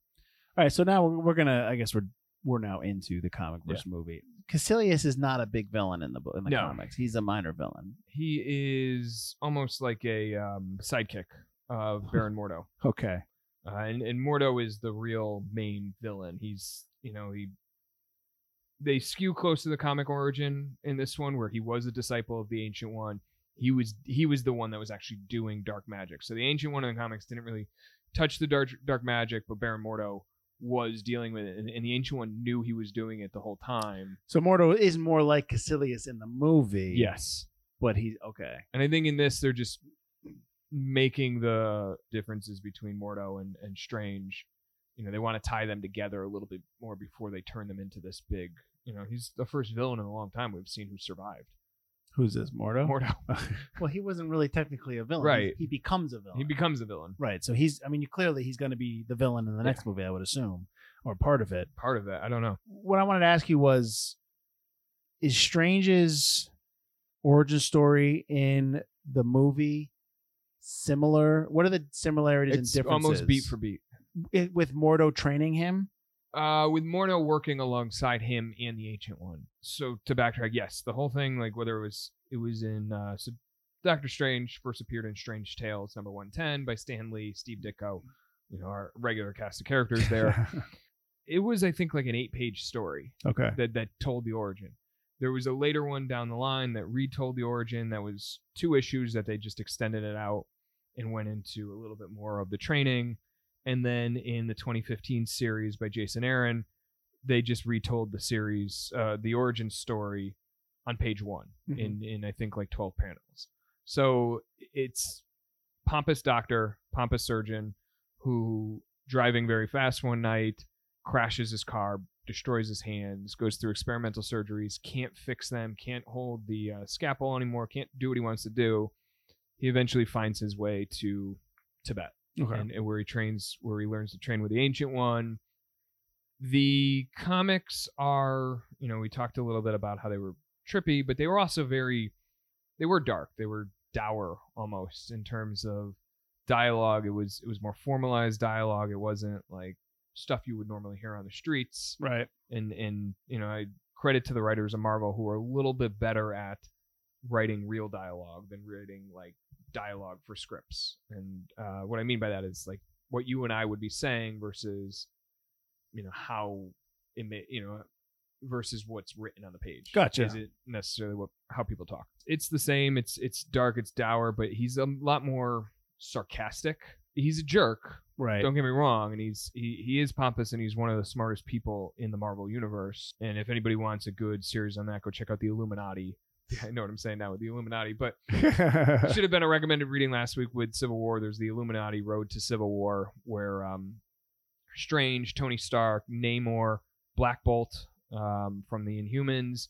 [SPEAKER 2] All right, so now we're, we're gonna. I guess we're we're now into the comic verse movie. Cassilius is not a big villain in the bo- in the
[SPEAKER 3] No.
[SPEAKER 2] comics. He's a minor villain.
[SPEAKER 3] He is almost like a um, sidekick of Baron Mordo,
[SPEAKER 2] Okay.
[SPEAKER 3] uh, and and Mordo is the real main villain. He's you know he. They skew close to the comic origin in this one, where he was a disciple of the Ancient One. he was he was the one that was actually doing dark magic. So the ancient one in the comics didn't really touch the dark dark magic, but Baron Mordo was dealing with it, and, and the ancient one knew he was doing it the whole time.
[SPEAKER 2] So Mordo is more like Cassilius in the movie. But he's okay.
[SPEAKER 3] and I think in this they're just making the differences between Mordo and and Strange. You know, they want to tie them together a little bit more before they turn them into this big. You know, he's the first villain in a long time we've seen who survived.
[SPEAKER 2] Who's this, Mordo?
[SPEAKER 3] Mordo.
[SPEAKER 2] well, he wasn't really technically a villain.
[SPEAKER 3] Right.
[SPEAKER 2] He, he becomes a villain.
[SPEAKER 3] He becomes a villain.
[SPEAKER 2] right. So he's, I mean, you, clearly he's going to be the villain in the next movie, I would assume, or part of it.
[SPEAKER 3] Part of that. I don't know.
[SPEAKER 2] What I wanted to ask you was is Strange's origin story in the movie similar? What are the similarities
[SPEAKER 3] It's
[SPEAKER 2] and differences?
[SPEAKER 3] almost beat for beat.
[SPEAKER 2] it, with Mordo training him.
[SPEAKER 3] Uh, with Mordo working alongside him and the Ancient One. So to backtrack, yes, the whole thing, like whether it was it was in uh, so Doctor Strange first appeared in Strange Tales number one ten by Stan Lee, Steve Ditko, you know our regular cast of characters there. it was I think like an eight page story
[SPEAKER 2] okay.
[SPEAKER 3] that that told the origin. There was a later one down the line that retold the origin. That was two issues that they just extended it out and went into a little bit more of the training. And then in the 2015 series by Jason Aaron, they just retold the series, uh, the origin story, on page one
[SPEAKER 2] Mhm.
[SPEAKER 3] in in I think like 12 panels. So it's pompous doctor, pompous surgeon, who driving very fast one night crashes his car, destroys his hands, goes through experimental surgeries, can't fix them, can't hold the uh, scalpel anymore, can't do what he wants to do. He eventually finds his way to Tibet,
[SPEAKER 2] Okay.
[SPEAKER 3] and, and where he trains, where he learns to train with the Ancient One. The comics are, you know, we talked a little bit about how they were trippy, but they were also very, they were dark, they were dour almost in terms of dialogue. It was it was more formalized dialogue. It wasn't like stuff you would normally hear on the streets
[SPEAKER 2] right.
[SPEAKER 3] and and you know I credit to the writers of Marvel who are a little bit better at writing real dialogue than writing like dialogue for scripts. And uh, what I mean by that is like what you and I would be saying versus you know how it may, you know versus what's written on the page.
[SPEAKER 2] Gotcha.
[SPEAKER 3] Is it necessarily what how people talk? It's the same. It's it's dark. It's dour. But he's a lot more sarcastic. He's a jerk,
[SPEAKER 2] Right.
[SPEAKER 3] don't get me wrong, and he's he, he is pompous and he's one of the smartest people in the Marvel universe. And if anybody wants a good series on that, go check out the Illuminati. Yeah, I know what I'm saying now with the Illuminati, but it should have been a recommended reading last week with Civil War. There's the Illuminati Road to Civil War, where um, Strange, Tony Stark, Namor, Black Bolt um, from the Inhumans,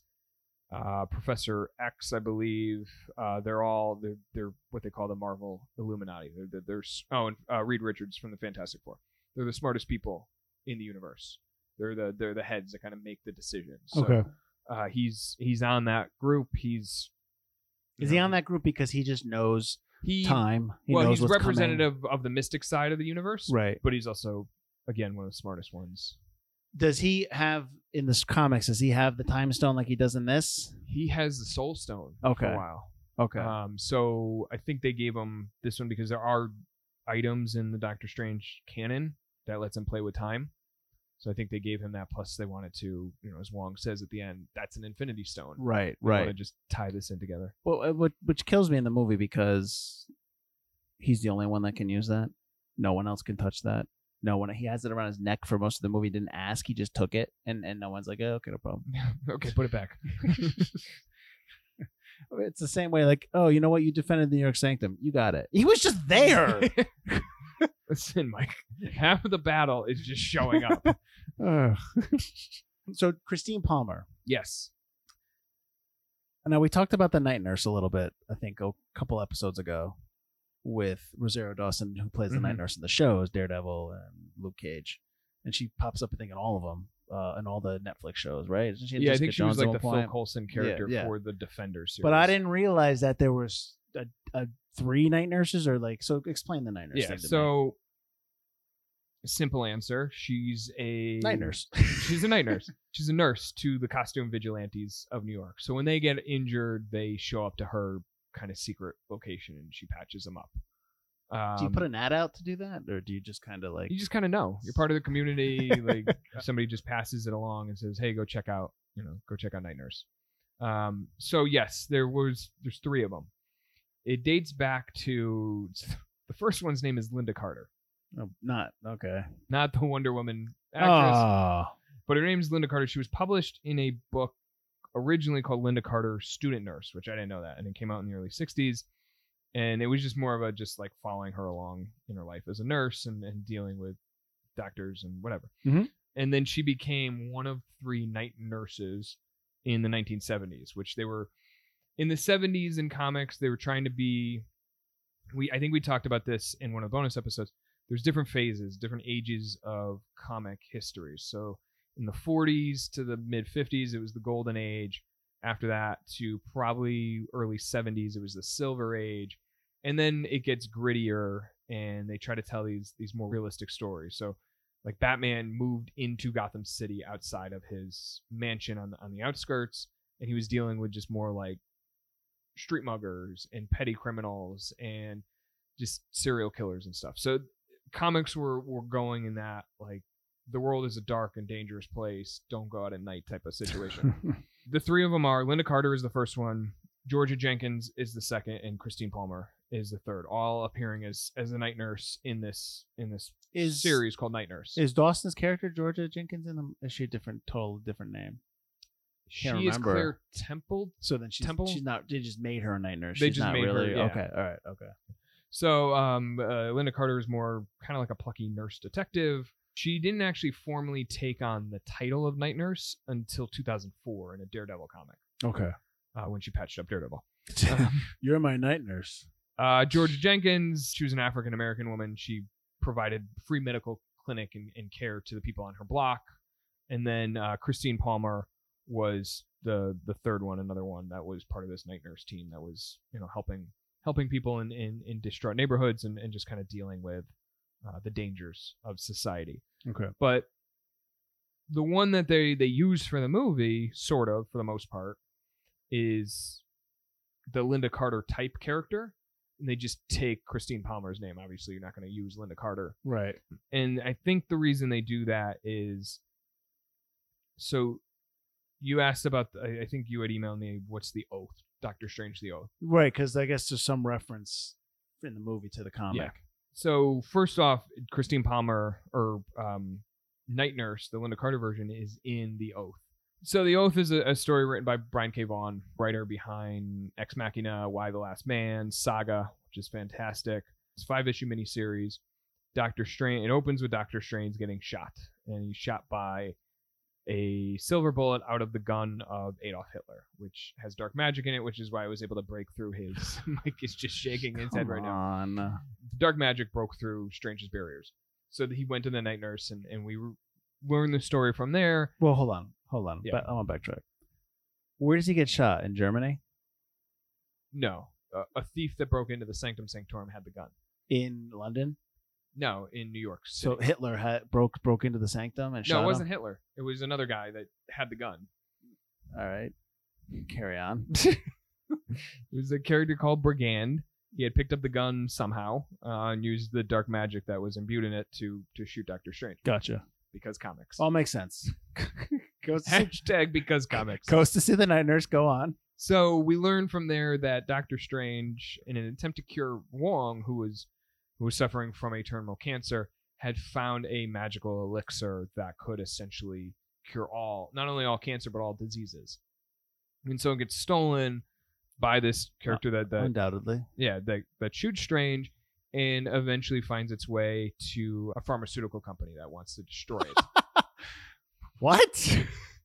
[SPEAKER 3] uh, Professor X, I believe. Uh, they're all they're they're what they call the Marvel Illuminati. They're, they're, they're s- oh, and uh, Reed Richards from the Fantastic Four. They're the smartest people in the universe. They're the they're the heads that kind of make the decisions. So,
[SPEAKER 2] Okay.
[SPEAKER 3] Uh, he's he's on that group. He's you
[SPEAKER 2] Is he
[SPEAKER 3] know,
[SPEAKER 2] on that group because he just knows
[SPEAKER 3] He
[SPEAKER 2] time? He
[SPEAKER 3] well,
[SPEAKER 2] knows
[SPEAKER 3] he's
[SPEAKER 2] what's coming?
[SPEAKER 3] representative of the mystic side of the universe,
[SPEAKER 2] Right.
[SPEAKER 3] but he's also, again, one of the smartest ones.
[SPEAKER 2] Does he have in this comics? Does he have the time stone like he does in this?
[SPEAKER 3] He has the Soul Stone for
[SPEAKER 2] Okay.
[SPEAKER 3] a while.
[SPEAKER 2] Okay.
[SPEAKER 3] Um, so I think they gave him this one because there are items in the Doctor Strange canon that lets him play with time. So I think they gave him that. Plus, they wanted to, you know, as Wong says at the end, that's an Infinity Stone.
[SPEAKER 2] right.
[SPEAKER 3] They want to just tie this in together.
[SPEAKER 2] Well, uh, what- which kills me in the movie because he's the only one that can use that. No one else can touch that. No one. He has it around his neck for most of the movie. Didn't ask. He just took it, and and no one's like, oh, okay, no problem.
[SPEAKER 3] okay, put it back.
[SPEAKER 2] It's the same way. Like, oh, you know what? You defended the New York Sanctum. You got it. He was just there.
[SPEAKER 3] Listen, Mike. Half of the battle is just showing up.
[SPEAKER 2] Ugh. so Christine Palmer.
[SPEAKER 3] yes.
[SPEAKER 2] Now we talked about the night nurse a little bit. I think a couple episodes ago with Rosario Dawson, who plays the night
[SPEAKER 3] Mhm.
[SPEAKER 2] nurse in the shows, Daredevil and Luke Cage, and she pops up I think in all of them, uh, in all the Netflix shows, right? Isn't in
[SPEAKER 3] yeah, I
[SPEAKER 2] Jessica
[SPEAKER 3] think she was
[SPEAKER 2] Jones at
[SPEAKER 3] like the
[SPEAKER 2] one point?
[SPEAKER 3] Phil Coulson character
[SPEAKER 2] yeah.
[SPEAKER 3] for the Defender series.
[SPEAKER 2] But I didn't realize that there was a, a three night nurses or like. So explain the night nurse.
[SPEAKER 3] Yeah.
[SPEAKER 2] thing to me.
[SPEAKER 3] So, simple answer: she's a
[SPEAKER 2] night nurse.
[SPEAKER 3] She's a night nurse. She's a nurse to the costume vigilantes of New York. So when they get injured, they show up to her kind of secret location, and she patches them up. Um,
[SPEAKER 2] do you put an ad out to do that, or do you just kind of like?
[SPEAKER 3] You just kind of know you're part of the community. like if somebody just passes it along and says, "Hey, go check out, you know, go check out Night Nurse." Um, so yes, there was there's three of them. It dates back to the first one's name is Linda Carter,
[SPEAKER 2] No, oh, not okay.
[SPEAKER 3] not the Wonder Woman actress,
[SPEAKER 2] Oh,
[SPEAKER 3] but her name's Linda Carter. She was published in a book originally called Linda Carter Student Nurse, which I didn't know that, and it came out in the early '60s. And it was just more of a just like following her along in her life as a nurse and, and dealing with doctors and whatever.
[SPEAKER 2] Mhm.
[SPEAKER 3] And then she became one of three night nurses in the 1970s, which they were in the 70s in comics. They were trying to be. We I think we talked about this in one of the bonus episodes. There's different phases, different ages of comic histories. So in the 40s to the mid 50s it was the golden age after that to probably early 70s it was the silver age and then it gets grittier and they try to tell these these more realistic stories so like batman moved into gotham city outside of his mansion on the, on the outskirts and he was dealing with just more like street muggers and petty criminals and just serial killers and stuff so comics were were going in that like the world is a dark and dangerous place. Don't go out at night type of situation. the three of them are Linda Carter is the first one, Georgia Jenkins is the second, and Christine Palmer is the third. All appearing as as the night nurse in this in this
[SPEAKER 2] is
[SPEAKER 3] series called Night Nurse.
[SPEAKER 2] is Dawson's character Georgia Jenkins in them? Is she a different, total different name?
[SPEAKER 3] she
[SPEAKER 2] can't
[SPEAKER 3] is
[SPEAKER 2] remember.
[SPEAKER 3] Claire Temple.
[SPEAKER 2] So then she's
[SPEAKER 3] Temple?
[SPEAKER 2] she's not. They just made her a night nurse.
[SPEAKER 3] They
[SPEAKER 2] she's
[SPEAKER 3] just
[SPEAKER 2] not
[SPEAKER 3] made her,
[SPEAKER 2] really
[SPEAKER 3] yeah.
[SPEAKER 2] okay. All right. Okay.
[SPEAKER 3] So um, uh, Linda Carter is more kind of like a plucky nurse detective. She didn't actually formally take on the title of Night Nurse until 2004 in a Daredevil comic
[SPEAKER 2] Okay.
[SPEAKER 3] uh, when she patched up Daredevil.
[SPEAKER 2] uh, You're my night nurse.
[SPEAKER 3] Uh, Georgia Jenkins, she was an African American woman. She provided free medical clinic and, and care to the people on her block. And then uh, Christine Palmer was the the third one, another one that was part of this night nurse team that was you know helping helping people in in, in distraught neighborhoods and, and just kind of dealing with uh, the dangers of society.
[SPEAKER 2] Okay.
[SPEAKER 3] But the one that they they use for the movie, sort of for the most part, is the Linda Carter type character. And they just take Christine Palmer's name. Obviously, you're not going to use Linda Carter.
[SPEAKER 2] Right.
[SPEAKER 3] And I think the reason they do that is so you asked about, I I think you had emailed me, what's the oath? Doctor Strange, the oath.
[SPEAKER 2] Right. Because I guess there's some reference in the movie to the comic.
[SPEAKER 3] So first off, Christine Palmer or um, Night Nurse, the Linda Carter version, is in The Oath. So The Oath is a, a story written by Brian K. Vaughan, writer behind Ex Machina, Why the Last Man, Saga, which is fantastic. It's a five issue miniseries. Doctor Strange. It opens with Doctor Strange getting shot, and he's shot by a silver bullet out of the gun of Adolf Hitler, which has dark magic in it, which is why I was able to break through his. Mike is just shaking his head
[SPEAKER 2] Come
[SPEAKER 3] right now
[SPEAKER 2] on.
[SPEAKER 3] the dark magic broke through Strange's barriers. So that he went to the night nurse, and, and we re- learned the story from there.
[SPEAKER 2] Well, hold on. Hold on.
[SPEAKER 3] Yeah.
[SPEAKER 2] Ba- I want to backtrack. Where does he get shot? In Germany?
[SPEAKER 3] No, a, a thief that broke into the Sanctum Sanctorum had the gun.
[SPEAKER 2] In London?
[SPEAKER 3] No, in New York. City.
[SPEAKER 2] So Hitler had, broke broke into the sanctum and shot
[SPEAKER 3] no,
[SPEAKER 2] him?
[SPEAKER 3] it wasn't Hitler. It was another guy that had the gun.
[SPEAKER 2] All right. Carry on.
[SPEAKER 3] It was a character called Brigand. He had picked up the gun somehow uh, and used the dark magic that was imbued in it to to shoot Doctor Strange
[SPEAKER 2] Gotcha.
[SPEAKER 3] because comics.
[SPEAKER 2] All makes sense. goes, to see,
[SPEAKER 3] Hashtag because comics.
[SPEAKER 2] goes to see the night nurse. Go on.
[SPEAKER 3] So we learn from there that Doctor Strange, in an attempt to cure Wong, who was who was suffering from a terminal cancer, had found a magical elixir that could essentially cure all, not only all cancer but all diseases. And so it gets stolen by this character that that
[SPEAKER 2] Undoubtedly.
[SPEAKER 3] yeah that that shoots Strange, and eventually finds its way to a pharmaceutical company that wants to destroy it.
[SPEAKER 2] What?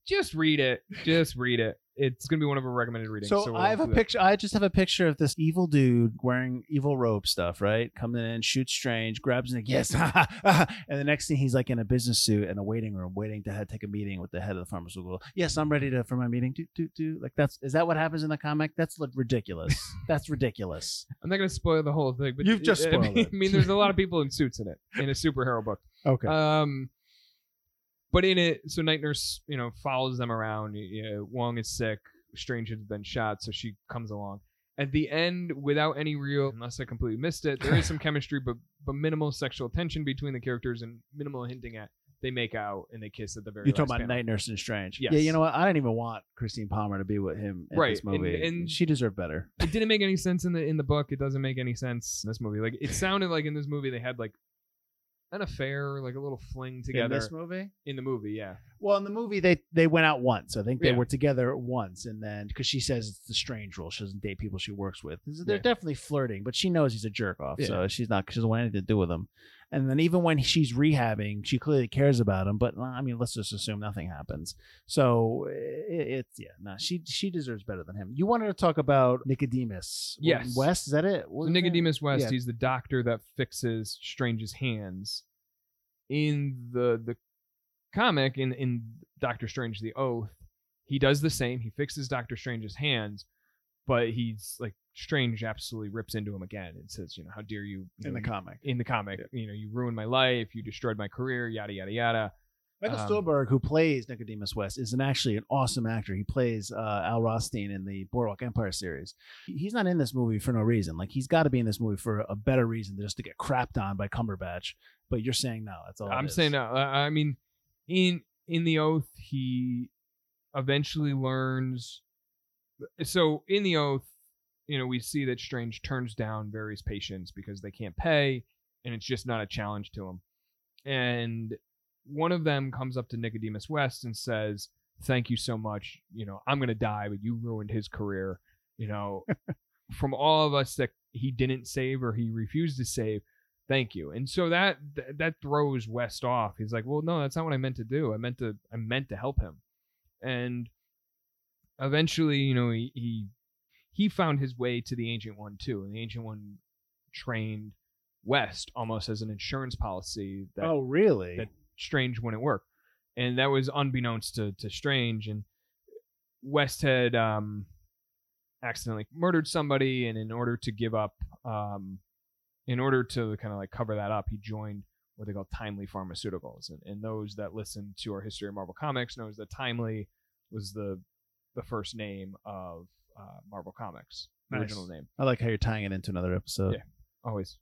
[SPEAKER 3] just read it. Just read it. It's gonna be one of our recommended readings.
[SPEAKER 2] So,
[SPEAKER 3] we'll
[SPEAKER 2] I have a
[SPEAKER 3] do that.
[SPEAKER 2] picture. I just have a picture of this evil dude wearing evil robe stuff, right? Coming in, shoots strange, grabs and yes, and the next thing he's like in a business suit in a waiting room, waiting to head, take a meeting with the head of the pharmaceutical. Yes, I'm ready to for my meeting. Do do do. Like that's is that what happens in the comic? That's like, ridiculous. that's ridiculous.
[SPEAKER 3] I'm not going to spoil the whole thing, but
[SPEAKER 2] You've just
[SPEAKER 3] I
[SPEAKER 2] spoiled
[SPEAKER 3] mean-
[SPEAKER 2] it.
[SPEAKER 3] I mean, there's a lot of people in suits in it in a superhero book.
[SPEAKER 2] Okay.
[SPEAKER 3] Um, but in it, so Night Nurse, you know, follows them around. You know, Wong is sick. Strange has been shot, so she comes along. At the end, without any real, unless I completely missed it, there is some chemistry, but but minimal sexual tension between the characters and minimal hinting at they make out and they kiss at the very.
[SPEAKER 2] You're talking
[SPEAKER 3] last
[SPEAKER 2] about
[SPEAKER 3] panel.
[SPEAKER 2] Night Nurse and Strange.
[SPEAKER 3] Yes.
[SPEAKER 2] Yeah, you know what? I didn't even want Christine Palmer to be with him in
[SPEAKER 3] Right,
[SPEAKER 2] this
[SPEAKER 3] and-
[SPEAKER 2] movie.
[SPEAKER 3] and-
[SPEAKER 2] she deserved better.
[SPEAKER 3] It didn't make any sense in the in the book. It doesn't make any sense in this movie. Like it sounded like in this movie they had like an affair, like a little fling together
[SPEAKER 2] in this movie.
[SPEAKER 3] in the movie. Yeah,
[SPEAKER 2] Well, in the movie, they they went out once. I think they
[SPEAKER 3] Yeah.
[SPEAKER 2] were together once, and then because she says it's the strange rule, she doesn't date people she works with. So They're
[SPEAKER 3] Yeah.
[SPEAKER 2] definitely flirting, but she knows he's a jerk off,
[SPEAKER 3] Yeah.
[SPEAKER 2] so she's not. She doesn't want anything to do with him. And then even when she's rehabbing, she clearly cares about him. But well, I mean, let's just assume nothing happens. So it, it's yeah, no, she she deserves better than him. You wanted to talk about Nicodemus?
[SPEAKER 3] Yes.
[SPEAKER 2] West is that it?
[SPEAKER 3] So
[SPEAKER 2] What was his name?
[SPEAKER 3] Nicodemus West,
[SPEAKER 2] yeah.
[SPEAKER 3] he's the doctor that fixes Strange's hands in the the comic in in Doctor Strange the Oath. He does the same. He fixes Doctor Strange's hands, but he's like Strange absolutely rips into him again and says, you know, how dare you, you
[SPEAKER 2] in
[SPEAKER 3] know,
[SPEAKER 2] the comic.
[SPEAKER 3] in the comic, you know, you ruined my life, you destroyed my career, yada yada yada.
[SPEAKER 2] Michael
[SPEAKER 3] Um,
[SPEAKER 2] Stuhlbarg, who plays Nicodemus West, is an actually an awesome actor. He plays uh, Al Rothstein in the Boardwalk Empire series. He- He's not in this movie for no reason. Like he's got to be in this movie for a better reason than just to get crapped on by Cumberbatch. But you're saying no. That's all. it
[SPEAKER 3] I'm
[SPEAKER 2] is.
[SPEAKER 3] saying, uh, I I mean, in in the oath, he eventually learns. uh, So in the oath, you know, we see that Strange turns down various patients because they can't pay, and it's just not a challenge to him. And one of them comes up to Nicodemus West and says, "Thank you so much. You know, I'm gonna die, but you ruined his career. You know, from all of us that he didn't save or he refused to save." thank you and so that th- that throws west off he's like well no that's not what i meant to do i meant to i meant to help him and eventually you know he he, he found his way to the ancient one too and the ancient one trained west almost as an insurance policy that
[SPEAKER 2] oh really?
[SPEAKER 3] that- strange wouldn't work and that was unbeknownst to, to strange and west had um accidentally murdered somebody and in order to give up um in order to kind of like cover that up he joined what they call timely pharmaceuticals and, and those that listen to our history of marvel comics knows that timely was the the first name of uh, marvel comics the
[SPEAKER 2] Nice.
[SPEAKER 3] original name
[SPEAKER 2] I like how you're tying it into another episode.
[SPEAKER 3] Yeah. always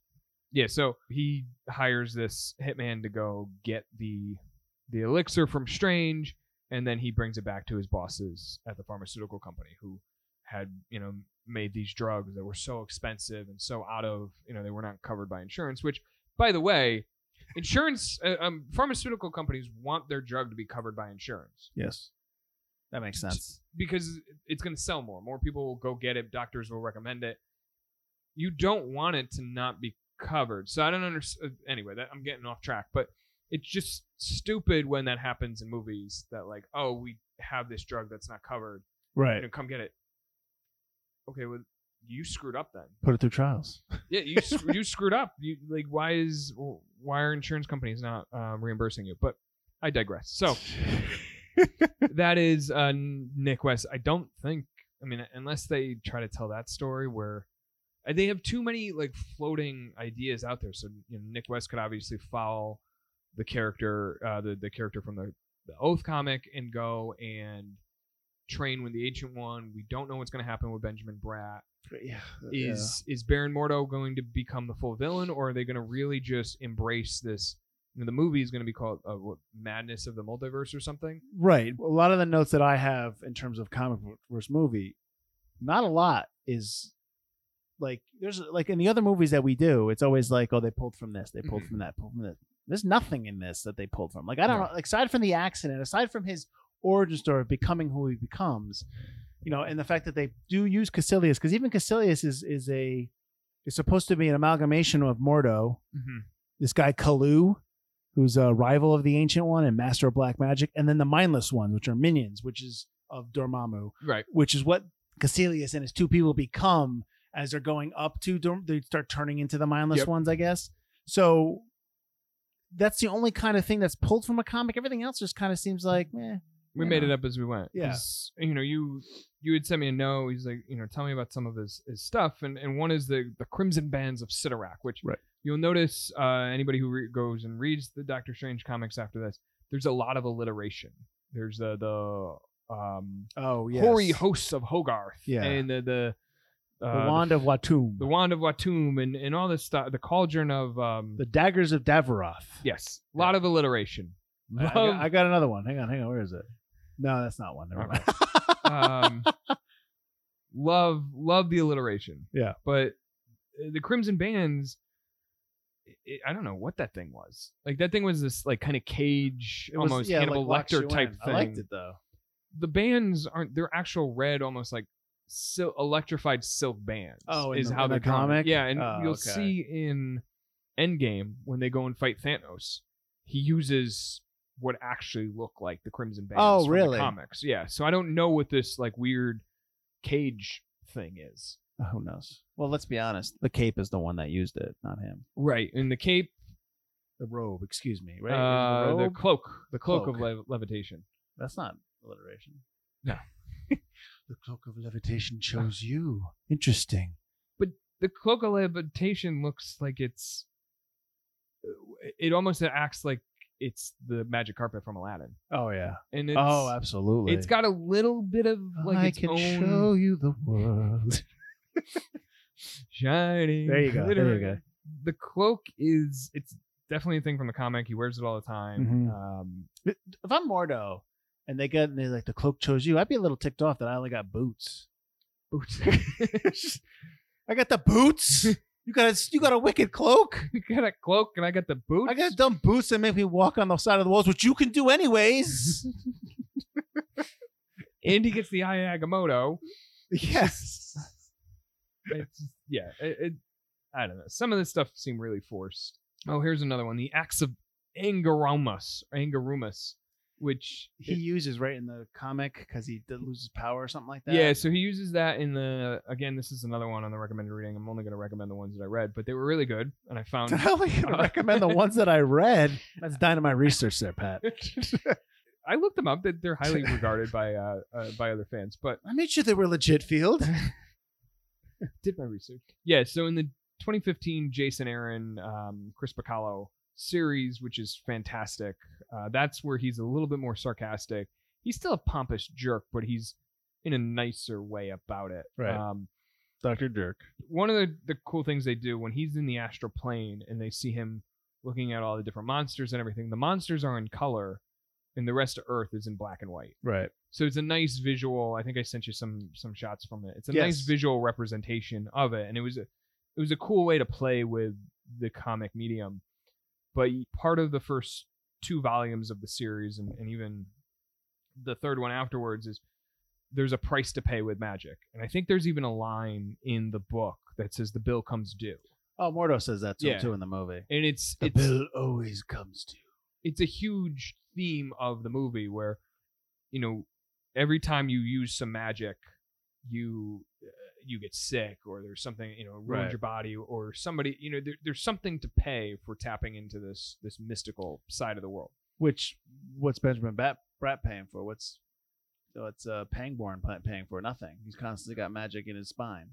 [SPEAKER 3] yeah so he hires this hitman to go get the the elixir from strange and then he brings it back to his bosses at the pharmaceutical company who had you know made these drugs that were so expensive and so out of you know they were not covered by insurance which by the way insurance uh, um, pharmaceutical companies want their drug to be covered by insurance
[SPEAKER 2] Yes, that makes sense.
[SPEAKER 3] because it's going to sell more. More people will go get it. Doctors will recommend it. You don't want it to not be covered. So I don't understand. Anyway, that, I'm getting off track, but it's just stupid when that happens in movies that like, oh, we have this drug that's not covered. You
[SPEAKER 2] Right.
[SPEAKER 3] know, come get it. Okay, well, you screwed up then.
[SPEAKER 2] Put it through trials.
[SPEAKER 3] Yeah, you sc- you screwed up. You like why is why are insurance companies not uh, reimbursing you? But I digress. So that is uh, Nick West. I don't think. I mean, unless they try to tell that story where uh, they have too many like floating ideas out there. So you know, Nick West could obviously follow the character, uh, the the character from the, the Oath comic, and go and train with the Ancient One. We don't know what's going to happen with Benjamin Bratt
[SPEAKER 2] Yeah.
[SPEAKER 3] Uh, is is Baron Mordo going to become the full villain, or are they going to really just embrace this? You know, the movie is going to be called uh, what, Madness of the Multiverse or something.
[SPEAKER 2] Right. A lot of the notes that I have in terms of comic book versus movie, not a lot is like there's like in the other movies that we do, it's always like, oh, they pulled from this, they pulled from that, pulled from this. There's nothing in this that they pulled from. Like I don't
[SPEAKER 3] No.
[SPEAKER 2] know, like, aside from the accident, aside from his origin story of becoming who he becomes, you know, and the fact that they do use Cassilius, because even Cassilius is is a is supposed to be an amalgamation of Mordo,
[SPEAKER 3] Mm-hmm.
[SPEAKER 2] this guy Kalu, who's a rival of the Ancient One and Master of Black Magic, and then the Mindless Ones, which are minions, which is of Dormammu,
[SPEAKER 3] Right.
[SPEAKER 2] which is what Cassilius and his two people become as they're going up to Dorm. They start turning into the Mindless
[SPEAKER 3] Yep.
[SPEAKER 2] Ones, I guess. So that's the only kind of thing that's pulled from a comic. Everything else just kind of seems like, eh.
[SPEAKER 3] We
[SPEAKER 2] You
[SPEAKER 3] made
[SPEAKER 2] know.
[SPEAKER 3] it up as we went.
[SPEAKER 2] Yeah.
[SPEAKER 3] 'Cause, You know, you you had sent me a note. He's like, you know, tell me about some of his, his stuff. And and one is the the Crimson Bands of Sidorak, which
[SPEAKER 2] Right.
[SPEAKER 3] you'll notice uh, anybody who re- goes and reads the Doctor Strange comics after this, there's a lot of alliteration. There's the the um,
[SPEAKER 2] Oh yes,
[SPEAKER 3] hoary hosts of Hogarth.
[SPEAKER 2] Yeah.
[SPEAKER 3] And the the,
[SPEAKER 2] the
[SPEAKER 3] uh,
[SPEAKER 2] wand of Watum,
[SPEAKER 3] the
[SPEAKER 2] the,
[SPEAKER 3] wand of Watum and, and all this stuff, the cauldron of um
[SPEAKER 2] daggers of Davroth.
[SPEAKER 3] yes, a lot of alliteration.
[SPEAKER 2] I got-
[SPEAKER 3] Love-
[SPEAKER 2] I got another one. Hang on, hang on. Where is it? No, that's not one. Never mind.
[SPEAKER 3] um, love love the alliteration.
[SPEAKER 2] Yeah.
[SPEAKER 3] but uh, the Crimson Bands, i i I don't know what that thing was. Like that thing was this like kind of cage,
[SPEAKER 2] It was-
[SPEAKER 3] almost
[SPEAKER 2] yeah,
[SPEAKER 3] Hannibal
[SPEAKER 2] like, locks you
[SPEAKER 3] Lecter type
[SPEAKER 2] in.
[SPEAKER 3] thing.
[SPEAKER 2] I liked it though.
[SPEAKER 3] The bands aren't they're actual red, almost like sil- electrified silk bands.
[SPEAKER 2] Oh, in
[SPEAKER 3] is
[SPEAKER 2] the-
[SPEAKER 3] how
[SPEAKER 2] in the
[SPEAKER 3] they're drawn.
[SPEAKER 2] comic?
[SPEAKER 3] Yeah, and
[SPEAKER 2] Oh,
[SPEAKER 3] you'll
[SPEAKER 2] okay.
[SPEAKER 3] see in Endgame when they go and fight Thanos, he uses what actually look like the Crimson Bands.
[SPEAKER 2] Oh,
[SPEAKER 3] from
[SPEAKER 2] really?
[SPEAKER 3] The comics, yeah. So I don't know what this like weird cage thing is.
[SPEAKER 2] Uh, Who knows? Well, let's be honest. The cape is the one that used it, not him.
[SPEAKER 3] Right, in the cape
[SPEAKER 2] The robe, excuse me. Right?
[SPEAKER 3] Uh,
[SPEAKER 2] the
[SPEAKER 3] the
[SPEAKER 2] robe?
[SPEAKER 3] cloak, the cloak,
[SPEAKER 2] Cloak.
[SPEAKER 3] of lev- levitation.
[SPEAKER 2] That's not alliteration.
[SPEAKER 3] No.
[SPEAKER 2] the cloak of levitation chose you. Interesting.
[SPEAKER 3] The cloak of levitation looks like it's. uh, It almost acts like it's the magic carpet from Aladdin,
[SPEAKER 2] Oh yeah.
[SPEAKER 3] and it's,
[SPEAKER 2] oh, absolutely.
[SPEAKER 3] it's got a little bit of like
[SPEAKER 2] I
[SPEAKER 3] its
[SPEAKER 2] can
[SPEAKER 3] own
[SPEAKER 2] show you the world.
[SPEAKER 3] shining.
[SPEAKER 2] There you go, there you
[SPEAKER 3] glittering.
[SPEAKER 2] go.
[SPEAKER 3] The cloak is it's definitely a thing from the comic. He wears it all the time.
[SPEAKER 2] Mhm.
[SPEAKER 3] Um,
[SPEAKER 2] if I'm Mordo and they get and they're like the cloak chose you, I'd be a little ticked off that I only got boots.
[SPEAKER 3] boots.
[SPEAKER 2] I got the boots. you got a you got a wicked cloak.
[SPEAKER 3] you got a cloak, and I got the boots.
[SPEAKER 2] I got dumb boots that make me walk on the side of the walls, which you can do anyways.
[SPEAKER 3] and he gets the Ayagamoto.
[SPEAKER 2] yes.
[SPEAKER 3] it's yeah it, it, i don't know some of this stuff seemed really forced oh here's another one the acts of angaromas angarumas which
[SPEAKER 2] He uses right in the comic because he did lose his power or something like that.
[SPEAKER 3] yeah so he uses that in the again this is another one on the recommended reading i'm only going to recommend the ones that i read but they were really good and i found
[SPEAKER 2] I only
[SPEAKER 3] Uh,
[SPEAKER 2] gonna recommend the ones that I read. That's dynamite research there, Pat.
[SPEAKER 3] i looked them up that they're highly regarded by uh, uh by other fans but
[SPEAKER 2] I made sure they were legit field.
[SPEAKER 3] did my research. Yeah, so in the 2015 Jason Aaron, um, Chris Bacallo series, which is fantastic, uh, that's where he's a little bit more sarcastic. He's still a pompous jerk, but he's in a nicer way about it.
[SPEAKER 2] Right.
[SPEAKER 3] Um,
[SPEAKER 2] Dr. Dirk.
[SPEAKER 3] one of the, the cool things they do when he's in the astral plane and they see him looking at all the different monsters and everything, the monsters are in color and the rest of Earth is in black and white.
[SPEAKER 2] Right.
[SPEAKER 3] So it's a nice visual. I think I sent you some some shots from it. It's a nice
[SPEAKER 2] Yes.
[SPEAKER 3] visual representation of it, and it was a it was a cool way to play with the comic medium. But part of the first two volumes of the series, and, and even the third one afterwards, is there's a price to pay with magic, and I think there's even a line in the book that says the bill comes due,
[SPEAKER 2] Oh, Mordo says that to him,
[SPEAKER 3] Yeah.
[SPEAKER 2] too in the movie.
[SPEAKER 3] and it's
[SPEAKER 2] The
[SPEAKER 3] it's
[SPEAKER 2] bill always comes to
[SPEAKER 3] it's a huge theme of the movie where you know every time you use some magic you uh, you get sick or there's something you know ruins
[SPEAKER 2] Right.
[SPEAKER 3] your body or somebody you know there, there's something to pay for tapping into this this mystical side of the world
[SPEAKER 2] Which, what's Benjamin Bat- Brat paying for? What's so it's uh, Pangborn pa- paying for? Nothing. He's constantly got magic in his spine.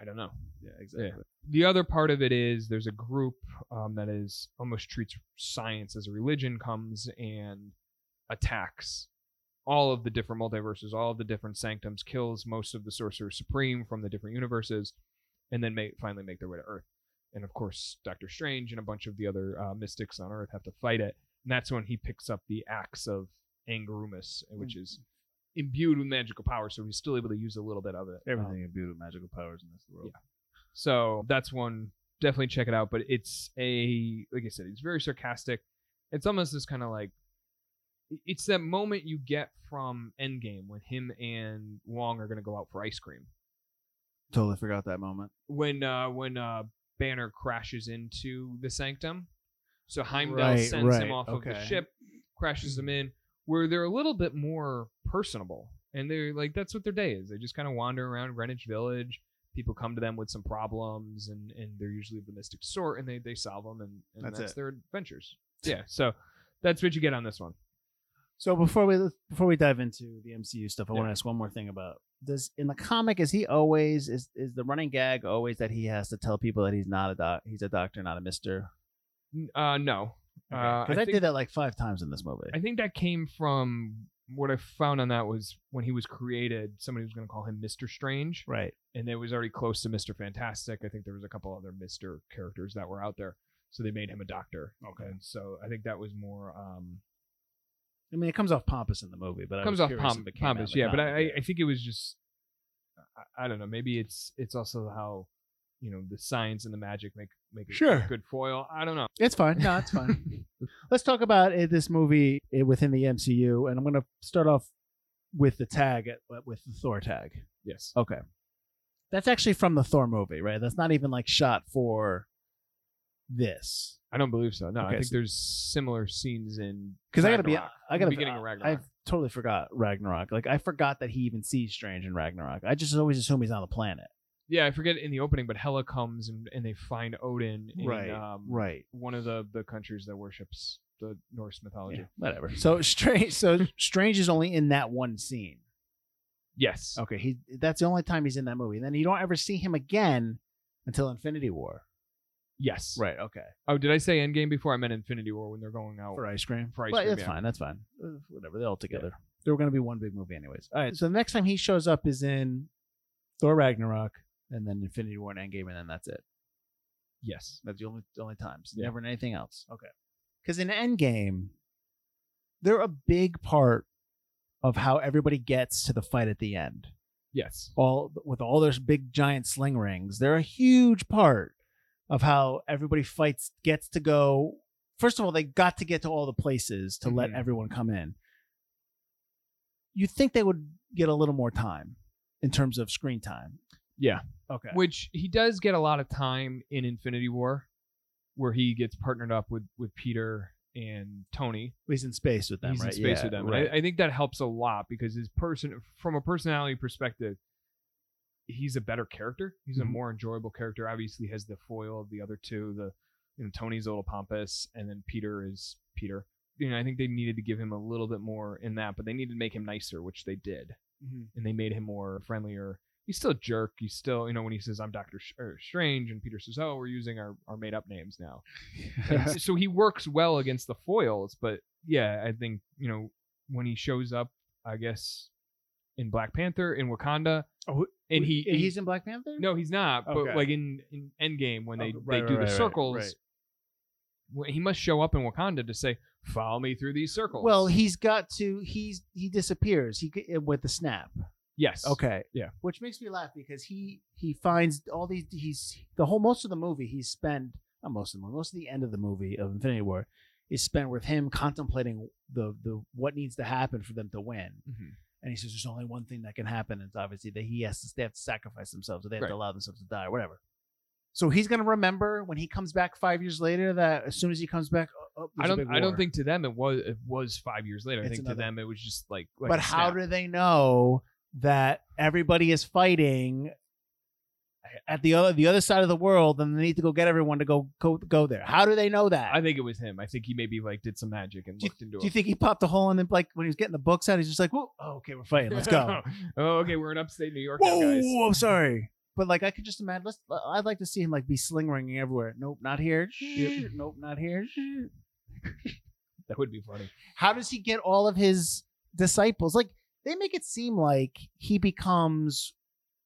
[SPEAKER 3] i don't know
[SPEAKER 2] Yeah, exactly.
[SPEAKER 3] the other part of it is there's a group um, that is almost treats science as a religion comes and attacks all of the different multiverses all of the different sanctums kills most of the sorcerer supreme from the different universes and then make, finally make their way to earth and of course doctor strange and a bunch of the other uh, mystics on earth have to fight it and that's when he picks up the axe of angarumus
[SPEAKER 2] Mm.
[SPEAKER 3] which is imbued with magical power so he's still able to use a little bit of it Um,
[SPEAKER 2] Everything imbued with magical powers in this world.
[SPEAKER 3] so that's one. Definitely check it out. But it's a like I said, it's very sarcastic. It's almost this kind of like it's that moment you get from Endgame when him and Wong are gonna go out for ice cream.
[SPEAKER 2] Totally forgot that moment.
[SPEAKER 3] When uh when uh Banner crashes into the Sanctum. So Heimdall
[SPEAKER 2] Right,
[SPEAKER 3] sends
[SPEAKER 2] right,
[SPEAKER 3] him off of the
[SPEAKER 2] okay.
[SPEAKER 3] ship, crashes him in, where they're a little bit more personable. And they're like that's what their day is. They just kind of wander around Greenwich Village people come to them with some problems and and they're usually of the mystic sort and they they solve them and, and
[SPEAKER 2] That's
[SPEAKER 3] that's,
[SPEAKER 2] it.
[SPEAKER 3] their adventures yeah so that's what you get on this one
[SPEAKER 2] So before we before we dive into the MCU stuff, I want
[SPEAKER 3] Yeah.
[SPEAKER 2] to ask one more thing about does in the comic is he always is is the running gag always that he has to tell people that he's not a doc he's a doctor not a mister
[SPEAKER 3] N- uh no uh, I,
[SPEAKER 2] because I,
[SPEAKER 3] think,
[SPEAKER 2] did that like five times in this movie.
[SPEAKER 3] I think that came from what I found on that was when he was created somebody was going to call him Mr. Strange
[SPEAKER 2] right.
[SPEAKER 3] and it was already close to Mr. Fantastic I think there was a couple other Mr. characters that were out there so they made him a doctor okay and so I think that was more um
[SPEAKER 2] I mean, it comes off pompous in the movie, but I
[SPEAKER 3] comes
[SPEAKER 2] was
[SPEAKER 3] off
[SPEAKER 2] curious
[SPEAKER 3] pom-
[SPEAKER 2] if it came out
[SPEAKER 3] pompous,
[SPEAKER 2] of
[SPEAKER 3] yeah. But
[SPEAKER 2] that.
[SPEAKER 3] I, I- I think it was just, I, I don't know. Maybe it's it's also how, you know, the science and the magic make make a
[SPEAKER 2] Sure.
[SPEAKER 3] good foil. I don't know.
[SPEAKER 2] It's fine. No, it's fine. Let's talk about uh, this movie uh, within the MCU, and I'm going to start off with the tag at, with the Thor tag.
[SPEAKER 3] Yes.
[SPEAKER 2] Okay, that's actually from the Thor movie, right? That's not even like shot for this.
[SPEAKER 3] I don't believe so. No, I
[SPEAKER 2] Okay,
[SPEAKER 3] think
[SPEAKER 2] so-
[SPEAKER 3] there's similar scenes in
[SPEAKER 2] Because I got to be,
[SPEAKER 3] Ragnarok,
[SPEAKER 2] I got to
[SPEAKER 3] the beginning of Ragnarok.
[SPEAKER 2] I totally forgot Ragnarok. Like I forgot that he even sees Strange in Ragnarok. I just always assume he's on the planet.
[SPEAKER 3] yeah, I forget in the opening, but Hela comes and, and they find Odin in um,
[SPEAKER 2] Right.
[SPEAKER 3] one of the the countries that worships the Norse mythology.
[SPEAKER 2] Yeah, whatever. So strange. So strange is only in that one scene.
[SPEAKER 3] Yes.
[SPEAKER 2] Okay, he that's the only time he's in that movie. And then you don't ever see him again until Infinity War.
[SPEAKER 3] Yes.
[SPEAKER 2] Right, okay.
[SPEAKER 3] Oh, did I say Endgame before? I meant Infinity War when they're going out.
[SPEAKER 2] For ice cream.
[SPEAKER 3] Oh. For ice
[SPEAKER 2] But
[SPEAKER 3] cream,
[SPEAKER 2] that's
[SPEAKER 3] yeah.
[SPEAKER 2] fine, that's fine. Uh, whatever, they're all together. They were gonna be one big movie anyways. All right. So the next time he shows up is in Thor Ragnarok and then Infinity War and Endgame, and then that's it.
[SPEAKER 3] Yes.
[SPEAKER 2] That's the only only times.
[SPEAKER 3] Yeah.
[SPEAKER 2] Never in anything else. Okay. Because in Endgame, they're a big part of how everybody gets to the fight at the end.
[SPEAKER 3] Yes.
[SPEAKER 2] all with all those big giant sling rings. They're a huge part of how everybody fights gets to go. First of all, they got to get to all the places to let
[SPEAKER 3] Mhm.
[SPEAKER 2] everyone come in. You think they would get a little more time in terms of screen time?
[SPEAKER 3] Yeah.
[SPEAKER 2] Okay.
[SPEAKER 3] Which he does get a lot of time in Infinity War, where he gets partnered up with with Peter and Tony.
[SPEAKER 2] He's in space with them,
[SPEAKER 3] He's
[SPEAKER 2] right?
[SPEAKER 3] in space
[SPEAKER 2] Yeah,
[SPEAKER 3] with them. And
[SPEAKER 2] Right.
[SPEAKER 3] I, I think that helps a lot because his person, from a personality perspective, he's a better character. He's
[SPEAKER 2] Mhm.
[SPEAKER 3] a more enjoyable character. Obviously, has the foil of the other two. The you know Tony's a little pompous, and then Peter is Peter. You know, I think they needed to give him a little bit more in that, but they needed to make him nicer, which they did, and they made him more friendlier. He's still a jerk. He's still, you know, when he says, "I'm Doctor Sh- or Strange," and Peter says, "Oh, we're using our our made up names now."
[SPEAKER 2] Mm-hmm.
[SPEAKER 3] And s- so he works well against the foils, but yeah, I think you know when he shows up, I guess in Black Panther in Wakanda,
[SPEAKER 2] Oh,
[SPEAKER 3] and he, he-
[SPEAKER 2] he's in Black Panther.
[SPEAKER 3] no, he's not.
[SPEAKER 2] Okay.
[SPEAKER 3] But like in, in Endgame when they
[SPEAKER 2] Okay, right,
[SPEAKER 3] they do
[SPEAKER 2] right, right,
[SPEAKER 3] the
[SPEAKER 2] right,
[SPEAKER 3] circles,
[SPEAKER 2] right.
[SPEAKER 3] wh- he must show up in Wakanda to say, "Follow me through these circles."
[SPEAKER 2] Well, he's got to. He's he disappears. He g- with the snap.
[SPEAKER 3] yes,
[SPEAKER 2] Okay.
[SPEAKER 3] Yeah.
[SPEAKER 2] Which makes me laugh because he he finds all these he's the whole most of the movie he spent not most of the movie, most of the end of the movie of Infinity War is spent with him contemplating the the what needs to happen for them to win.
[SPEAKER 3] Mhm.
[SPEAKER 2] And he says there's only one thing that can happen, and it's obviously that he has to they have to sacrifice themselves or they have
[SPEAKER 3] Right.
[SPEAKER 2] to allow themselves to die or whatever. So he's gonna remember when he comes back five years later that as soon as he comes back, oh, oh,
[SPEAKER 3] I
[SPEAKER 2] there's a
[SPEAKER 3] don't.
[SPEAKER 2] big
[SPEAKER 3] I don't
[SPEAKER 2] war.
[SPEAKER 3] think to them it was. It was five years later. I
[SPEAKER 2] It's
[SPEAKER 3] think
[SPEAKER 2] another-
[SPEAKER 3] to them it was just like. like
[SPEAKER 2] but
[SPEAKER 3] a
[SPEAKER 2] how
[SPEAKER 3] snap.
[SPEAKER 2] do they know that everybody is fighting at the other the other side of the world and they need to go get everyone to go go go there? How do they know that?
[SPEAKER 3] I think it was him. I think he maybe like did some magic and looked into
[SPEAKER 2] do you
[SPEAKER 3] it.
[SPEAKER 2] think he popped a hole and then like when he was getting the books out, he's just like, Whoa, oh, okay, we're fighting, let's go.
[SPEAKER 3] oh, okay, we're in upstate New York now, guys.
[SPEAKER 2] Whoa, I'm sorry. But like I could just imagine let's uh, I'd like to see him like be sling ringing everywhere. Nope, not here. Nope, not here.
[SPEAKER 3] That would be funny.
[SPEAKER 2] how does he get all of his disciples? Like they make it seem like he becomes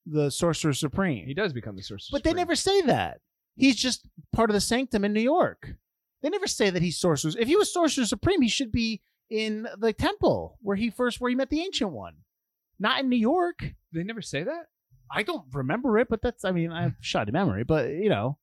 [SPEAKER 2] the sorcerer supreme.
[SPEAKER 3] He does become the source.
[SPEAKER 2] but they never say that. He's just part of the sanctum in New York. They never say that he's sorcerer. If he was sorcerer supreme, he should be in the temple where he first where he met the ancient one. Not in New York.
[SPEAKER 3] They never say that.
[SPEAKER 2] I don't remember it, but that's I mean, I have shoddy memory, but you know.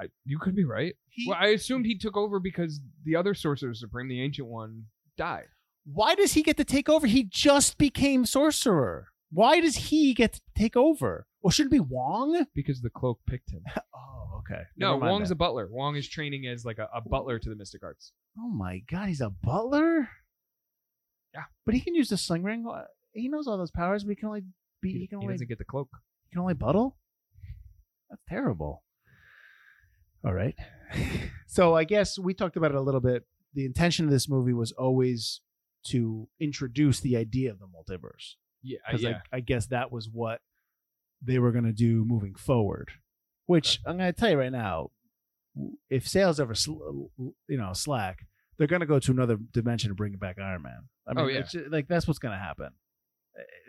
[SPEAKER 3] I, you could be right.
[SPEAKER 2] He,
[SPEAKER 3] well, I assumed he took over because the other Sorcerer Supreme, the Ancient One, died.
[SPEAKER 2] why does he get to take over? He just became sorcerer. Why does he get to take over? Well, should it be Wong?
[SPEAKER 3] Because the cloak picked him.
[SPEAKER 2] Oh, okay.
[SPEAKER 3] No,
[SPEAKER 2] Never mind
[SPEAKER 3] Wong's
[SPEAKER 2] then.
[SPEAKER 3] a butler. Wong is training as like a, a butler to the Mystic Arts.
[SPEAKER 2] Oh my god, he's a butler.
[SPEAKER 3] Yeah.
[SPEAKER 2] but he can use the sling ring. Uh, He knows all those powers, but he can only be. He,
[SPEAKER 3] He,
[SPEAKER 2] can
[SPEAKER 3] he
[SPEAKER 2] only.
[SPEAKER 3] doesn't get the cloak.
[SPEAKER 2] he can only buttle. That's terrible. All right. so I guess we talked about it a little bit. The intention of this movie was always to introduce the idea of the multiverse,
[SPEAKER 3] Yeah,
[SPEAKER 2] because I, I guess that was what they were going to do moving forward. Which I'm going to tell you right now, if sales ever sl- you know slack, they're going to go to another dimension and bring back Iron Man. I mean,
[SPEAKER 3] Oh, yeah.
[SPEAKER 2] it's ju- like that's what's going to happen.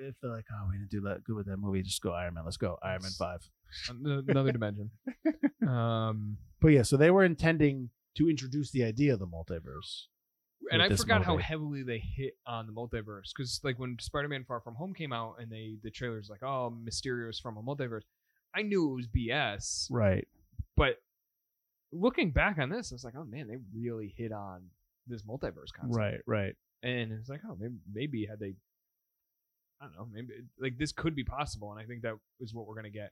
[SPEAKER 2] If they're like, oh, we didn't do that good with that movie, just go Iron Man. Let's go Iron Man Five.
[SPEAKER 3] An- another dimension. Um,
[SPEAKER 2] But yeah, so they were intending to introduce the idea of the multiverse. with
[SPEAKER 3] and I
[SPEAKER 2] this
[SPEAKER 3] forgot how
[SPEAKER 2] movie.
[SPEAKER 3] heavily they hit on the multiverse because like when Spider-Man Far From Home came out and they the trailer's like oh Mysterio's from a multiverse, I knew it was BS.
[SPEAKER 2] Right.
[SPEAKER 3] But looking back on this, I was like oh man they really hit on this multiverse concept.
[SPEAKER 2] Right. Right.
[SPEAKER 3] And it's like oh maybe, maybe had they, I don't know maybe like this could be possible and I think that is what we're gonna get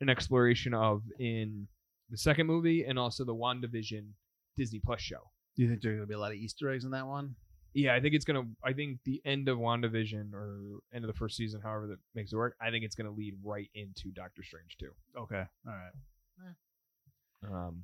[SPEAKER 3] an exploration of in the second movie and also the WandaVision Disney Plus show.
[SPEAKER 2] Do you think there are going to be a lot of Easter eggs in that one?
[SPEAKER 3] Yeah, I think it's gonna. I think the end of WandaVision or end of the first season, however that makes it work, I think it's gonna lead right into Doctor Strange too.
[SPEAKER 2] Okay. All right.
[SPEAKER 3] Um,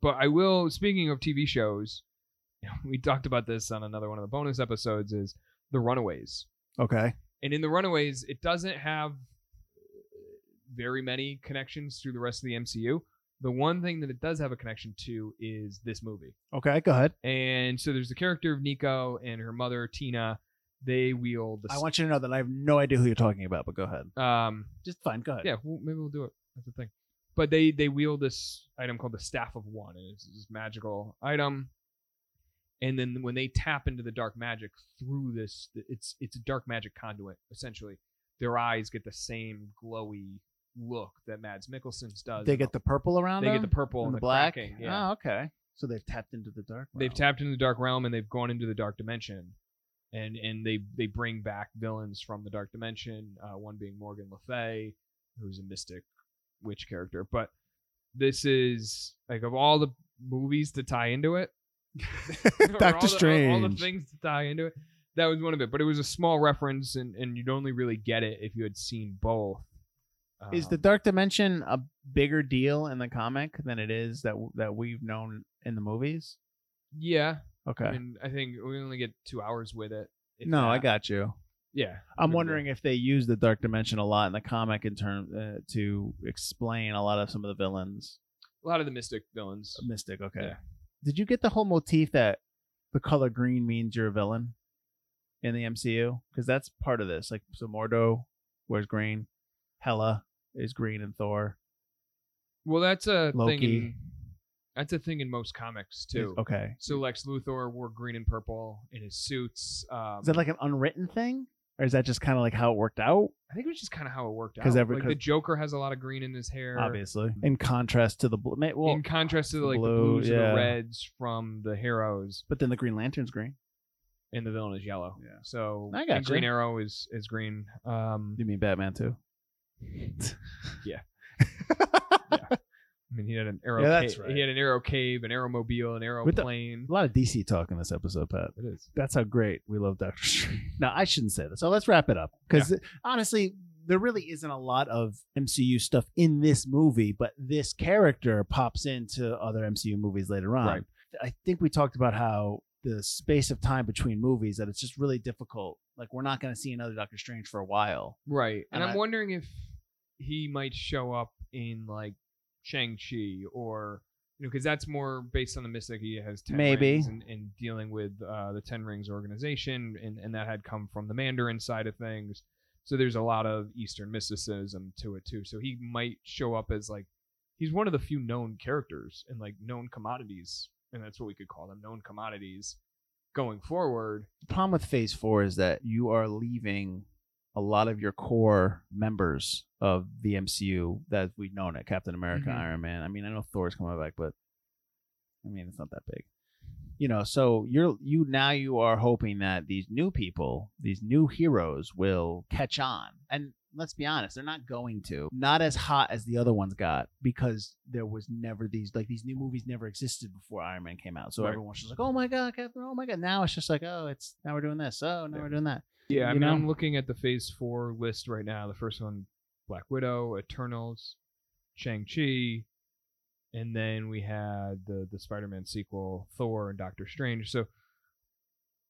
[SPEAKER 3] but I will. Speaking of TV shows, we talked about this on another one of the bonus episodes. Is the Runaways,
[SPEAKER 2] Okay.
[SPEAKER 3] and in the Runaways, it doesn't have uh, very many connections through the rest of the MCU. The one thing that it does have a connection to is this movie.
[SPEAKER 2] Okay. Go ahead.
[SPEAKER 3] And so there's the character of Nico and her mother Tina. They wield the
[SPEAKER 2] I want you to know that I have no idea who you're talking about, but go ahead.
[SPEAKER 3] um
[SPEAKER 2] Just fine. Go ahead.
[SPEAKER 3] yeah well, maybe we'll do it that's the thing but they they wield this item called the staff of one and it's this magical item and then when they tap into the dark magic through this it's it's a dark magic conduit essentially their eyes get the same glowy look that mads mikkelsen's does
[SPEAKER 2] They get the purple around
[SPEAKER 3] they get
[SPEAKER 2] them?
[SPEAKER 3] the purple and,
[SPEAKER 2] and the, black.
[SPEAKER 3] cracking, yeah
[SPEAKER 2] Oh, okay. So they've tapped into the dark.
[SPEAKER 3] they've
[SPEAKER 2] realm.
[SPEAKER 3] tapped into the dark realm and they've gone into the dark dimension and and they they bring back villains from the dark dimension uh, one being morgan le fay who's a mystic witch character but this is like of all the movies to tie into it or all the- all-
[SPEAKER 2] Doctor
[SPEAKER 3] all, the
[SPEAKER 2] Strange.
[SPEAKER 3] things to tie into it that was one of it but it was a small reference and and you'd only really get it if you had seen both
[SPEAKER 2] Is
[SPEAKER 3] Um,
[SPEAKER 2] the dark dimension a bigger deal in the comic than it is that that we've known in the movies?
[SPEAKER 3] yeah
[SPEAKER 2] Okay.
[SPEAKER 3] i mean i think we only get two hours with it if
[SPEAKER 2] no, I
[SPEAKER 3] that.
[SPEAKER 2] got you.
[SPEAKER 3] yeah
[SPEAKER 2] I'm
[SPEAKER 3] Good deal.
[SPEAKER 2] wondering if they use the dark dimension a lot in the comic in terms uh, to explain a lot of some of the villains.
[SPEAKER 3] a lot of the mystic villains
[SPEAKER 2] Mystic, okay.
[SPEAKER 3] Yeah.
[SPEAKER 2] Did you get the whole motif that the color green means you're a villain in the MCU? Because that's part of this. Like, so Mordo wears green, Hela is green, and Thor.
[SPEAKER 3] Well, that's a thing.
[SPEAKER 2] Loki.
[SPEAKER 3] In, that's a thing in most comics too.
[SPEAKER 2] Okay.
[SPEAKER 3] So Lex Luthor wore green and purple in his suits. Um,
[SPEAKER 2] Is that like an unwritten thing, or is that just kind of like how it worked out?
[SPEAKER 3] I think it was just kind of how it worked out.
[SPEAKER 2] 'Cause every-
[SPEAKER 3] like the
[SPEAKER 2] 'cause-
[SPEAKER 3] Joker has a lot of green in his hair,
[SPEAKER 2] Obviously, in contrast to the blue. ma- Well,
[SPEAKER 3] in contrast to
[SPEAKER 2] the
[SPEAKER 3] like the
[SPEAKER 2] blue,
[SPEAKER 3] blues and
[SPEAKER 2] yeah.
[SPEAKER 3] the reds from the heroes,
[SPEAKER 2] but then the Green Lantern's green.
[SPEAKER 3] and the villain is yellow.
[SPEAKER 2] Yeah.
[SPEAKER 3] So
[SPEAKER 2] I
[SPEAKER 3] and
[SPEAKER 2] gotcha.
[SPEAKER 3] Green Arrow is is green. Um,
[SPEAKER 2] You mean Batman too?
[SPEAKER 3] I mean, he had an arrow.
[SPEAKER 2] Yeah, that's
[SPEAKER 3] ca-
[SPEAKER 2] right.
[SPEAKER 3] He had an arrow cave, an arrow mobile, an arrow
[SPEAKER 2] With the-
[SPEAKER 3] plane.
[SPEAKER 2] A lot of DC talk in this episode, Pat.
[SPEAKER 3] it is.
[SPEAKER 2] That's how great we love Doctor Strange. No, I shouldn't say that. So let's wrap it up because honestly, there really isn't a lot of MCU stuff in this movie, but this character pops into other MCU movies later on.
[SPEAKER 3] Right.
[SPEAKER 2] I think we talked about how the space of time between movies that it's just really difficult. Like we're not going to see another Doctor Strange for a while.
[SPEAKER 3] Right. And,
[SPEAKER 2] And
[SPEAKER 3] I'm
[SPEAKER 2] I-
[SPEAKER 3] wondering if he might show up in like Shang-Chi or you know because that's more based on the mystic he has 10
[SPEAKER 2] Maybe.
[SPEAKER 3] rings and, and dealing with uh, the 10 rings organization and, and that had come from the mandarin side of things so there's a lot of eastern mysticism to it too so he might show up as like he's one of the few known characters and like known commodities and that's what we could call them known commodities going forward
[SPEAKER 2] The problem with Phase Four is that you are leaving a lot of your core members of the MCU that we've known it: Captain America,
[SPEAKER 3] Mhm.
[SPEAKER 2] Iron Man. I mean, I know Thor's coming back, but I mean, it's not that big. You know, so you're you now you are hoping that these new people, these new heroes, will catch on. And let's be honest, they're not going to. Not as hot as the other ones got because there was never these like these new movies never existed before Iron Man came out. So
[SPEAKER 3] Right.
[SPEAKER 2] everyone's just like, oh my god, Captain, oh my god. Now it's just like, oh, it's now we're doing this. Oh, now
[SPEAKER 3] Yeah.
[SPEAKER 2] we're doing that.
[SPEAKER 3] Yeah, I
[SPEAKER 2] you
[SPEAKER 3] mean,
[SPEAKER 2] know?
[SPEAKER 3] I'm looking at the Phase Four list right now. The first one, Black Widow, Eternals, Shang Chi, and then we had the the Spider Man sequel, Thor and Doctor Strange. So,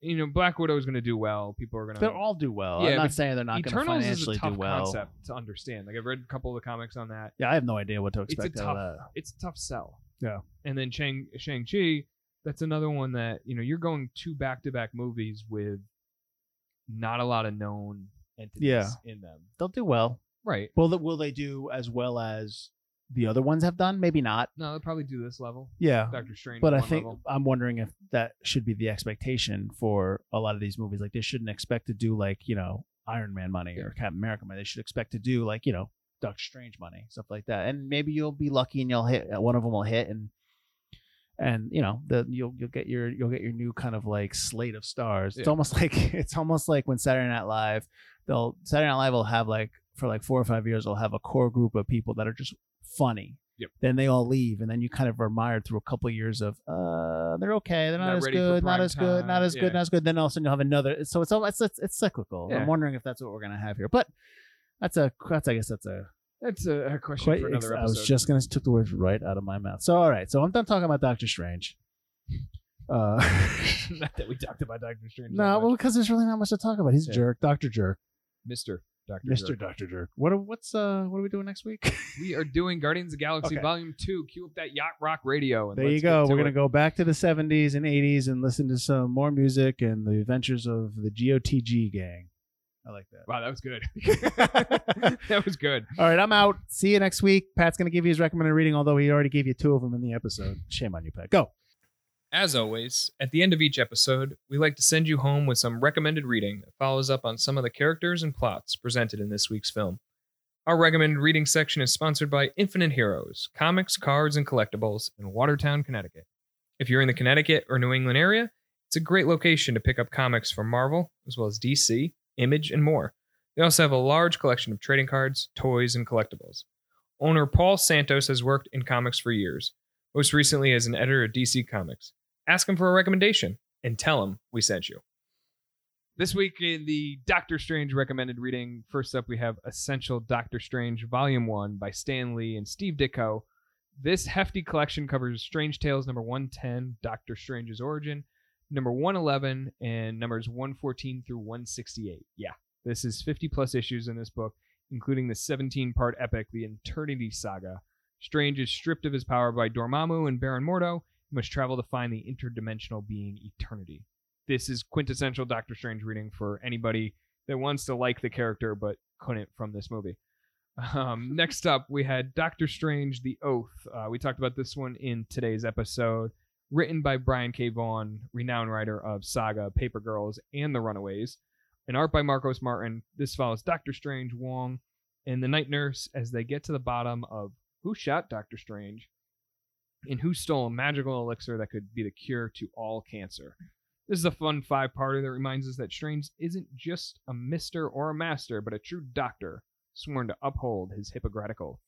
[SPEAKER 3] you know, Black Widow is going to do well. People are going
[SPEAKER 2] They'll all do well.
[SPEAKER 3] Yeah,
[SPEAKER 2] I'm not
[SPEAKER 3] but
[SPEAKER 2] saying they're not going to
[SPEAKER 3] Eternals is a
[SPEAKER 2] financially
[SPEAKER 3] tough
[SPEAKER 2] do well.
[SPEAKER 3] concept to understand. Like I've read a couple of the comics on that.
[SPEAKER 2] Yeah, I have no idea what to
[SPEAKER 3] It's a
[SPEAKER 2] expect out
[SPEAKER 3] tough,
[SPEAKER 2] of that.
[SPEAKER 3] it's a tough sell.
[SPEAKER 2] Yeah.
[SPEAKER 3] And then Shang Shang Chi, that's another one that you know you're going two back to back movies with not a lot of known entities
[SPEAKER 2] Yeah.
[SPEAKER 3] in them.
[SPEAKER 2] They'll do well.
[SPEAKER 3] Right.
[SPEAKER 2] Will that will they do as well as the other ones have done. Maybe not.
[SPEAKER 3] No, they'll probably do this level.
[SPEAKER 2] Yeah.
[SPEAKER 3] Doctor Strange.
[SPEAKER 2] Um, But I
[SPEAKER 3] one
[SPEAKER 2] think
[SPEAKER 3] level.
[SPEAKER 2] I'm wondering if that should be the expectation for a lot of these movies. Like they shouldn't expect to do like you know Iron Man money or Captain America money. They should expect to do like you know Doctor Strange money, stuff like that. And maybe you'll be lucky and you'll hit uh, one of them will hit and and you know the you'll you'll get your you'll get your new kind of like slate of stars. It's
[SPEAKER 3] Yeah.
[SPEAKER 2] almost like it's almost like when Saturday Night Live they'll Saturday Night Live will have like for like four or five years they'll have a core group of people that are just funny.
[SPEAKER 3] Yep.
[SPEAKER 2] Then they all leave, and then you kind of are mired through a couple of years of uh they're okay, they're not,
[SPEAKER 3] Not
[SPEAKER 2] as
[SPEAKER 3] ready for
[SPEAKER 2] good, not
[SPEAKER 3] prime
[SPEAKER 2] as good, not
[SPEAKER 3] time,
[SPEAKER 2] as
[SPEAKER 3] yeah.
[SPEAKER 2] good, not as good. Then all of a sudden you'll have another. So it's all it's it's, it's cyclical.
[SPEAKER 3] Yeah.
[SPEAKER 2] I'm wondering if that's what we're gonna have here, but that's a that's I guess that's a
[SPEAKER 3] that's a, a question
[SPEAKER 2] quite.
[SPEAKER 3] for
[SPEAKER 2] ex-
[SPEAKER 3] another
[SPEAKER 2] I
[SPEAKER 3] episode.
[SPEAKER 2] was just gonna took the words right out of my mouth. So all right, so I'm done talking about Doctor Strange. Uh,
[SPEAKER 3] not that we talked about Doctor Strange. that
[SPEAKER 2] No,
[SPEAKER 3] much.
[SPEAKER 2] well, because there's really not much to talk about. He's a
[SPEAKER 3] Yeah.
[SPEAKER 2] jerk, Doctor Jerk,
[SPEAKER 3] Mr. Doctor.
[SPEAKER 2] Mister Doctor Jerk. What are, what's uh what are we doing next week?
[SPEAKER 3] We are doing Guardians of the Galaxy
[SPEAKER 2] Okay.
[SPEAKER 3] Volume 2. Cue up that Yacht Rock radio. And
[SPEAKER 2] there
[SPEAKER 3] let's
[SPEAKER 2] you go.
[SPEAKER 3] get
[SPEAKER 2] We're
[SPEAKER 3] to
[SPEAKER 2] gonna
[SPEAKER 3] it.
[SPEAKER 2] go back to the 70s and 80s and listen to some more music and the adventures of the GOTG gang. I like that.
[SPEAKER 3] Wow, that was good. that was good.
[SPEAKER 2] All right, I'm out. See you next week. Pat's gonna give you his recommended reading, although he already gave you two of them in the episode. Shame on you, Pat. Go.
[SPEAKER 3] As always, at the end of each episode, we like to send you home with some recommended reading that follows up on some of the characters and plots presented in this week's film. Our recommended reading section is sponsored by Infinite Heroes, comics, cards, and collectibles in Watertown, Connecticut. If you're in the Connecticut or New England area, it's a great location to pick up comics from Marvel, as well as DC, Image, and more. They also have a large collection of trading cards, toys, and collectibles. Owner Paul Santos has worked in comics for years, most recently as an editor at DC Comics ask him for a recommendation and tell him we sent you. This week in the Doctor Strange recommended reading, first up we have Essential Doctor Strange Volume 1 by Stan Lee and Steve Ditko. This hefty collection covers Strange Tales number 110, Doctor Strange's Origin, number 111, and numbers 114 through 168. Yeah, this is 50 plus issues in this book, including the 17 part epic, The Eternity Saga. Strange is stripped of his power by Dormammu and Baron Mordo, must travel to find the interdimensional being Eternity. This is quintessential Doctor Strange reading for anybody that wants to like the character but couldn't from this movie. Um, next up, we had Doctor Strange: The Oath. Uh, we talked about this one in today's episode. Written by Brian K. Vaughan, renowned writer of Saga, Paper Girls, and The Runaways, and art by Marcos Martin. This follows Doctor Strange, Wong, and the Night Nurse as they get to the bottom of who shot Doctor Strange and who stole a magical elixir that could be the cure to all cancer. This is a fun five parter that reminds us that Strange isn't just a mister or a master, but a true doctor sworn to uphold his Hippocratic oath.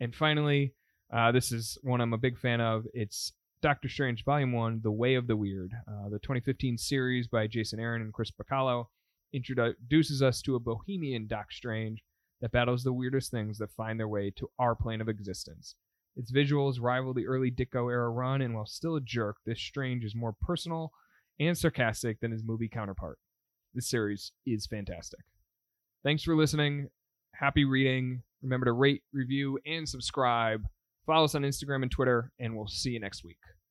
[SPEAKER 3] And finally, uh, this is one I'm a big fan of. It's Doctor Strange Volume 1 The Way of the Weird. Uh, the 2015 series by Jason Aaron and Chris Bacallo introduces us to a bohemian Doc Strange that battles the weirdest things that find their way to our plane of existence. Its visuals rival the early Ditko era run, and while still a jerk, this Strange is more personal and sarcastic than his movie counterpart. This series is fantastic. Thanks for listening. Happy reading. Remember to rate, review, and subscribe. Follow us on Instagram and Twitter, and we'll see you next week.